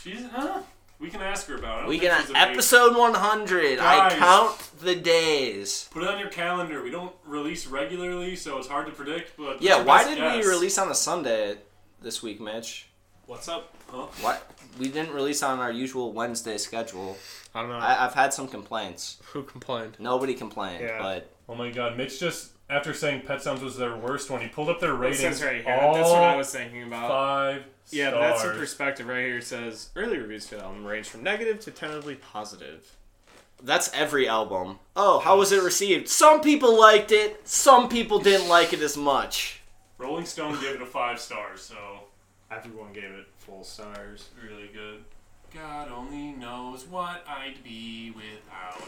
[SPEAKER 3] She's huh? We can ask her about it. I don't
[SPEAKER 2] We
[SPEAKER 3] think
[SPEAKER 2] can
[SPEAKER 3] she's a big-
[SPEAKER 2] episode 100. I
[SPEAKER 3] Guys.
[SPEAKER 2] count the days.
[SPEAKER 3] Put it on your calendar. We don't release regularly, so it's hard to predict. But
[SPEAKER 2] Yeah,
[SPEAKER 3] it's
[SPEAKER 2] why
[SPEAKER 3] best
[SPEAKER 2] did
[SPEAKER 3] guess.
[SPEAKER 2] we release on a Sunday this week, Mitch?
[SPEAKER 1] What's up?
[SPEAKER 3] Huh?
[SPEAKER 2] Why we didn't release on our usual Wednesday schedule?
[SPEAKER 7] I don't know.
[SPEAKER 2] I, I've had some complaints.
[SPEAKER 7] Who complained?
[SPEAKER 2] Nobody complained,
[SPEAKER 1] Yeah.
[SPEAKER 2] but
[SPEAKER 3] Oh my God, Mitch just after saying Pet Sounds was their worst one, he pulled up their
[SPEAKER 1] That
[SPEAKER 3] ratings.
[SPEAKER 1] says right here.
[SPEAKER 3] All
[SPEAKER 1] That's what I was thinking about.
[SPEAKER 3] five.
[SPEAKER 1] Yeah, but that's some
[SPEAKER 3] stars.
[SPEAKER 1] perspective right here. It says early reviews for the album range from negative to tentatively positive.
[SPEAKER 2] that's every album. Oh, how was it received? Some people liked it. Some people didn't like it as much.
[SPEAKER 3] Rolling Stone gave it a five stars, so
[SPEAKER 1] Everyone gave it full stars.
[SPEAKER 3] really good. God only knows what I'd be without.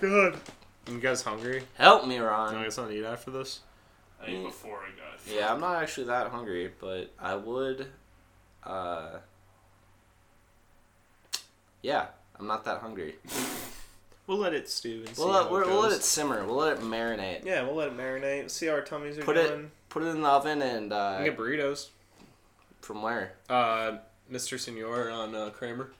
[SPEAKER 7] Good. You guys hungry?
[SPEAKER 2] Help me,
[SPEAKER 7] You
[SPEAKER 2] Ron.
[SPEAKER 7] guys want to eat after this?
[SPEAKER 3] I think before I got.
[SPEAKER 2] Yeah, I'm not actually that hungry, but I would. Uh, yeah, I'm not that hungry.
[SPEAKER 7] We'll let it stew and see
[SPEAKER 2] We'll
[SPEAKER 7] how
[SPEAKER 2] let,
[SPEAKER 7] it
[SPEAKER 2] we're, we'll let
[SPEAKER 7] goes.
[SPEAKER 2] it simmer. We'll let it marinate.
[SPEAKER 7] Yeah, we'll let it marinate. See how our tummies are
[SPEAKER 2] Put it
[SPEAKER 7] doing.
[SPEAKER 2] put it in the oven and
[SPEAKER 7] I
[SPEAKER 2] uh,
[SPEAKER 7] get burritos.
[SPEAKER 2] from where?
[SPEAKER 7] Uh, Mr. Senor on uh, Kramer.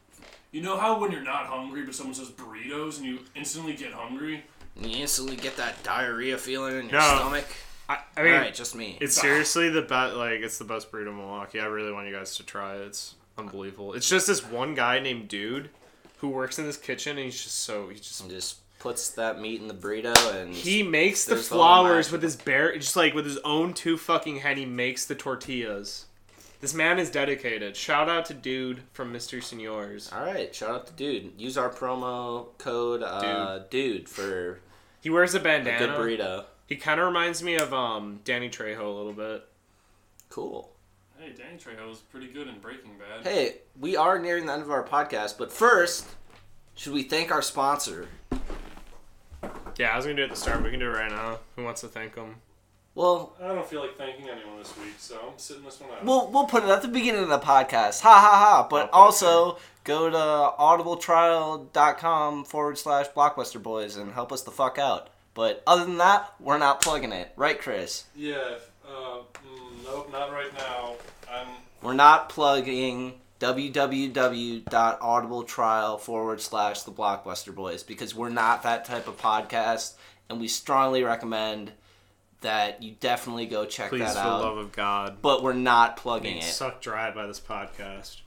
[SPEAKER 3] You know how when you're not hungry, but someone says burritos and you instantly get hungry?
[SPEAKER 2] You instantly get that diarrhea feeling in your
[SPEAKER 7] No.
[SPEAKER 2] stomach.
[SPEAKER 7] I, I mean,
[SPEAKER 2] All right, just me.
[SPEAKER 7] it's seriously the best. Like, it's the best burrito in Milwaukee. I really want you guys to try it. It's unbelievable. It's just this one guy named Dude who works in this kitchen, and he's just so he's just
[SPEAKER 2] Just puts that meat in the burrito and
[SPEAKER 7] He makes the
[SPEAKER 2] There's the whole
[SPEAKER 7] flowers
[SPEAKER 2] match.
[SPEAKER 7] with his bare, just like with his own two fucking hand. He makes the tortillas. This man is dedicated. Shout out to dude from Mr. Senors.
[SPEAKER 2] All right, shout out to dude. Use our promo code uh, dude. for
[SPEAKER 7] He wears a
[SPEAKER 2] a good
[SPEAKER 7] bandana.
[SPEAKER 2] burrito.
[SPEAKER 7] he kind of reminds me of um Danny Trejo a little bit.
[SPEAKER 2] Cool.
[SPEAKER 3] Hey, Danny Trejo was pretty good in Breaking Bad.
[SPEAKER 2] Hey, we are nearing the end of our podcast, but first, should we thank our sponsor?
[SPEAKER 7] Yeah, I was gonna do it at the start. but We can do it right now. Who wants to thank him?
[SPEAKER 2] Well,
[SPEAKER 3] I don't feel like thanking anyone this week, so I'm sitting this one out.
[SPEAKER 2] we'll we'll put it at the beginning of the podcast. Ha ha ha! But also go to audibletrial.com forward slash blockbuster boys and help us the fuck out. But other than that, we're not plugging it, right, Chris?
[SPEAKER 3] yeah, uh, mm, nope, not right now. I'm.
[SPEAKER 2] We're not plugging www.audibletrial forward slash the blockbuster boys because we're not that type of podcast and we strongly recommend that you definitely go check
[SPEAKER 7] Please, for
[SPEAKER 2] that
[SPEAKER 7] the
[SPEAKER 2] out
[SPEAKER 7] love of God,
[SPEAKER 2] but we're not plugging
[SPEAKER 7] being
[SPEAKER 2] it
[SPEAKER 7] sucked dry by this podcast.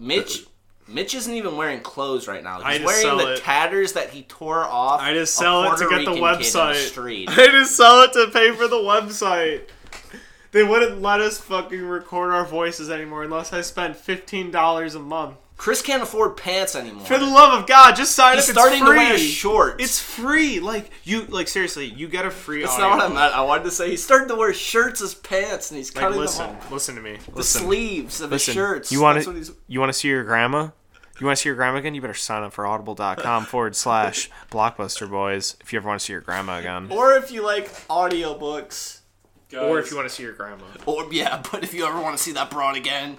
[SPEAKER 7] Uh,
[SPEAKER 2] mitch mitch isn't even wearing clothes right now
[SPEAKER 7] I
[SPEAKER 2] he's
[SPEAKER 7] just
[SPEAKER 2] wearing
[SPEAKER 7] sell
[SPEAKER 2] the
[SPEAKER 7] it.
[SPEAKER 2] tatters that he tore off
[SPEAKER 7] I just
[SPEAKER 2] a
[SPEAKER 7] sell it
[SPEAKER 2] Puerto
[SPEAKER 7] to get the
[SPEAKER 2] Rican kid on the
[SPEAKER 7] website.
[SPEAKER 2] street.
[SPEAKER 7] I just sell it to pay for the website. They wouldn't let us fucking record our voices anymore unless I spent fifteen dollars a month.
[SPEAKER 2] Chris can't afford pants anymore.
[SPEAKER 7] For the love of God, just sign
[SPEAKER 2] He's
[SPEAKER 7] up.
[SPEAKER 2] starting
[SPEAKER 7] it's
[SPEAKER 2] to
[SPEAKER 7] free.
[SPEAKER 2] wear shorts.
[SPEAKER 7] It's free. Like you, like seriously, you get a free.
[SPEAKER 2] That's
[SPEAKER 7] audio.
[SPEAKER 2] not what I meant. I wanted to say he's starting to wear shirts as pants, and he's
[SPEAKER 7] Like,
[SPEAKER 2] cutting
[SPEAKER 7] listen,
[SPEAKER 2] them off.
[SPEAKER 7] listen to me.
[SPEAKER 2] The
[SPEAKER 7] listen,
[SPEAKER 2] sleeves of
[SPEAKER 7] listen.
[SPEAKER 2] his shirts.
[SPEAKER 7] You want
[SPEAKER 2] That's what he's-
[SPEAKER 7] to? You want to see your grandma? You want to see your grandma again? You better sign up for audible.com forward slash blockbuster boys if you ever want to see your grandma again.
[SPEAKER 2] Or if you like audiobooks.
[SPEAKER 3] Guys,
[SPEAKER 1] Or if you want to see your grandma.
[SPEAKER 2] Or yeah, but if you ever want to see that broad again,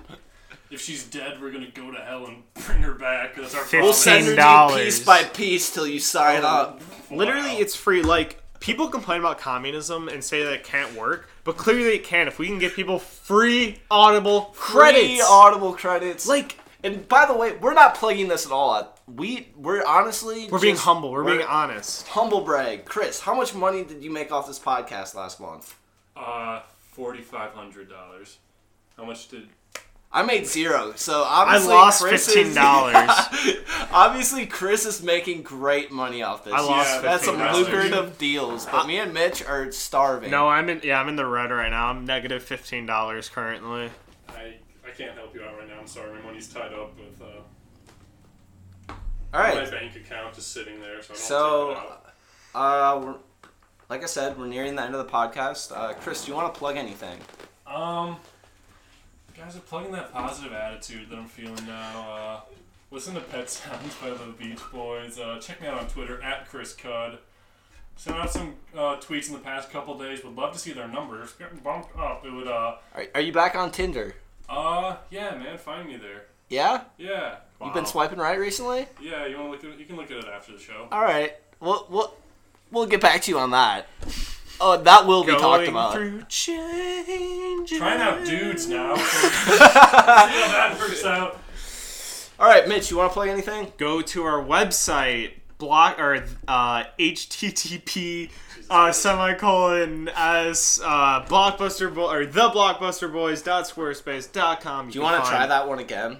[SPEAKER 3] if she's dead, we're gonna go to hell and bring her back. That's our
[SPEAKER 2] we'll
[SPEAKER 3] promise.
[SPEAKER 2] send her to you piece
[SPEAKER 7] $15.
[SPEAKER 2] by piece till you sign up.
[SPEAKER 1] Literally,
[SPEAKER 3] Wow.
[SPEAKER 1] it's free. Like people complain about communism and say that it can't work, but clearly it can. If we can get people free Audible
[SPEAKER 2] Free
[SPEAKER 1] credits,
[SPEAKER 2] audible credits.
[SPEAKER 1] like
[SPEAKER 2] and by the way, we're not plugging this at all. out. We we're honestly
[SPEAKER 1] we're being
[SPEAKER 2] just-
[SPEAKER 1] humble. We're, being honest.
[SPEAKER 2] humble brag. Chris, how much money did you make off this podcast last month?
[SPEAKER 3] Uh, forty five hundred dollars. How much did?
[SPEAKER 2] I made zero, so
[SPEAKER 1] I
[SPEAKER 2] obviously
[SPEAKER 1] lost
[SPEAKER 2] Chris
[SPEAKER 1] fifteen
[SPEAKER 2] is-
[SPEAKER 1] dollars.
[SPEAKER 2] obviously, Chris is making great money off this.
[SPEAKER 1] I lost
[SPEAKER 3] Yeah,
[SPEAKER 2] That's some
[SPEAKER 3] $15.
[SPEAKER 2] lucrative deals, but me and Mitch are starving.
[SPEAKER 1] no, I'm in. Yeah, I'm in the red right now. I'm negative fifteen dollars currently.
[SPEAKER 3] I I can't help you out right now. I'm sorry, my money's tied up with uh,
[SPEAKER 2] all right.
[SPEAKER 3] my bank account just sitting there, so I don't
[SPEAKER 2] So,
[SPEAKER 3] take it out.
[SPEAKER 2] uh, we're, like I said, we're nearing the end of the podcast. Uh, Chris, do you want to plug anything?
[SPEAKER 3] Um, guys are plugging that positive attitude that I'm feeling now. Uh, listen to Pet Sounds by the Beach Boys. Uh, check me out on Twitter at Chris Cud. Sent out some uh, tweets in the past couple days. Would love to see their numbers getting bumped up. It would. Uh,
[SPEAKER 2] Are, are you back on Tinder?
[SPEAKER 3] uh, yeah, man, find me there.
[SPEAKER 2] Yeah,
[SPEAKER 3] Yeah,
[SPEAKER 2] you've been swiping right recently.
[SPEAKER 3] yeah. You want to look? At it? You can look at it after the show.
[SPEAKER 2] All right, we'll we'll we'll get back to you on that. Oh, that will be talked about.
[SPEAKER 1] through change.
[SPEAKER 3] Trying out dudes now. so- see how that works out.
[SPEAKER 2] All right, Mitch, you want to plug anything?
[SPEAKER 1] go to our website block or uh, http uh, semicolon as uh, blockbuster bo- or the blockbuster boys dot squarespace dot com
[SPEAKER 2] Do you want to try that one again?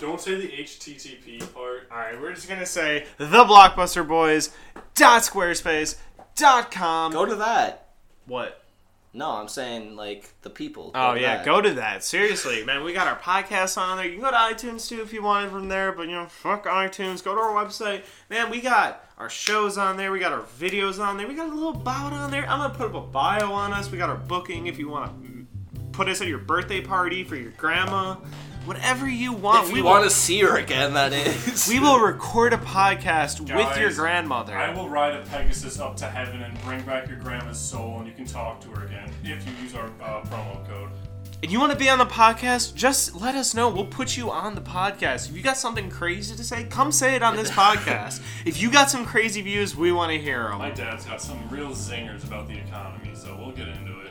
[SPEAKER 3] Don't say the HTTP part.
[SPEAKER 1] all right we're just gonna say the blockbuster boys dot squarespace dot com
[SPEAKER 2] Go to that.
[SPEAKER 1] what
[SPEAKER 2] No, I'm saying like the people. Go
[SPEAKER 1] oh
[SPEAKER 2] to
[SPEAKER 1] yeah
[SPEAKER 2] that.
[SPEAKER 1] go to that seriously man we got our podcast on there you can go to itunes too if you want it from there but you know fuck itunes go to our website man we got our shows on there we got our videos on there we got a little bio on there i'm gonna put up a bio on us we got our booking if you want to put us at your birthday party for your grandma whatever you want
[SPEAKER 2] If
[SPEAKER 1] we
[SPEAKER 2] you
[SPEAKER 1] will,
[SPEAKER 2] want to see her again, that is.
[SPEAKER 1] we will record a podcast with your
[SPEAKER 3] Guys,
[SPEAKER 1] grandmother
[SPEAKER 3] I will ride a Pegasus up to heaven and bring back your grandma's soul, and you can talk to her again if you use our uh, promo code.
[SPEAKER 1] If you want to be on the podcast, just let us know. We'll put you on the podcast. If you got something crazy to say, come say it on this podcast. If you got some crazy views, we want to hear
[SPEAKER 3] My
[SPEAKER 1] them.
[SPEAKER 3] dad's got some real zingers about the economy, so we'll get into it.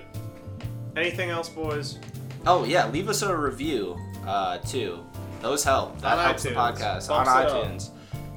[SPEAKER 1] Anything else, boys?
[SPEAKER 2] Oh yeah, leave us a review uh, too. Those help. That
[SPEAKER 1] On
[SPEAKER 2] helps the
[SPEAKER 1] iTunes.
[SPEAKER 2] podcast
[SPEAKER 1] Bumps
[SPEAKER 2] on
[SPEAKER 1] it up.
[SPEAKER 2] iTunes.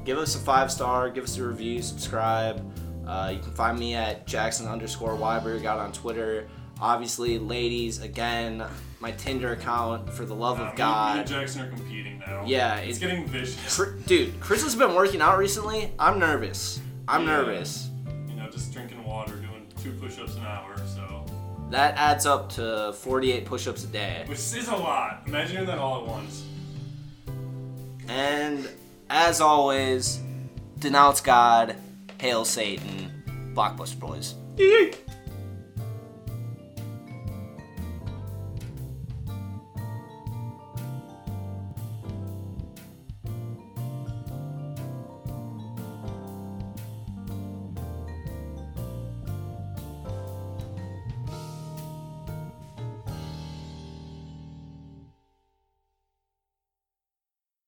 [SPEAKER 2] Give us a five star. Give us a review. Subscribe. Uh, you can find me at Jackson underscore Weiberg out on Twitter. Obviously, ladies, again, my Tinder account for the love
[SPEAKER 3] Uh,
[SPEAKER 2] of
[SPEAKER 3] me- Me
[SPEAKER 2] God.
[SPEAKER 3] and Jackson are competing now.
[SPEAKER 2] Yeah,
[SPEAKER 3] It's
[SPEAKER 2] it-
[SPEAKER 3] getting vicious.
[SPEAKER 2] Cr- Dude, Chris has been working out recently. I'm nervous. I'm
[SPEAKER 3] Yeah.
[SPEAKER 2] nervous.
[SPEAKER 3] You know, just drinking water, doing two push ups an hour, so.
[SPEAKER 2] That adds up to 48 push ups a day.
[SPEAKER 3] Which is a lot. Imagine doing that all at once.
[SPEAKER 2] And as always, denounce God, hail Satan, Blockbuster Boys.
[SPEAKER 1] Eek.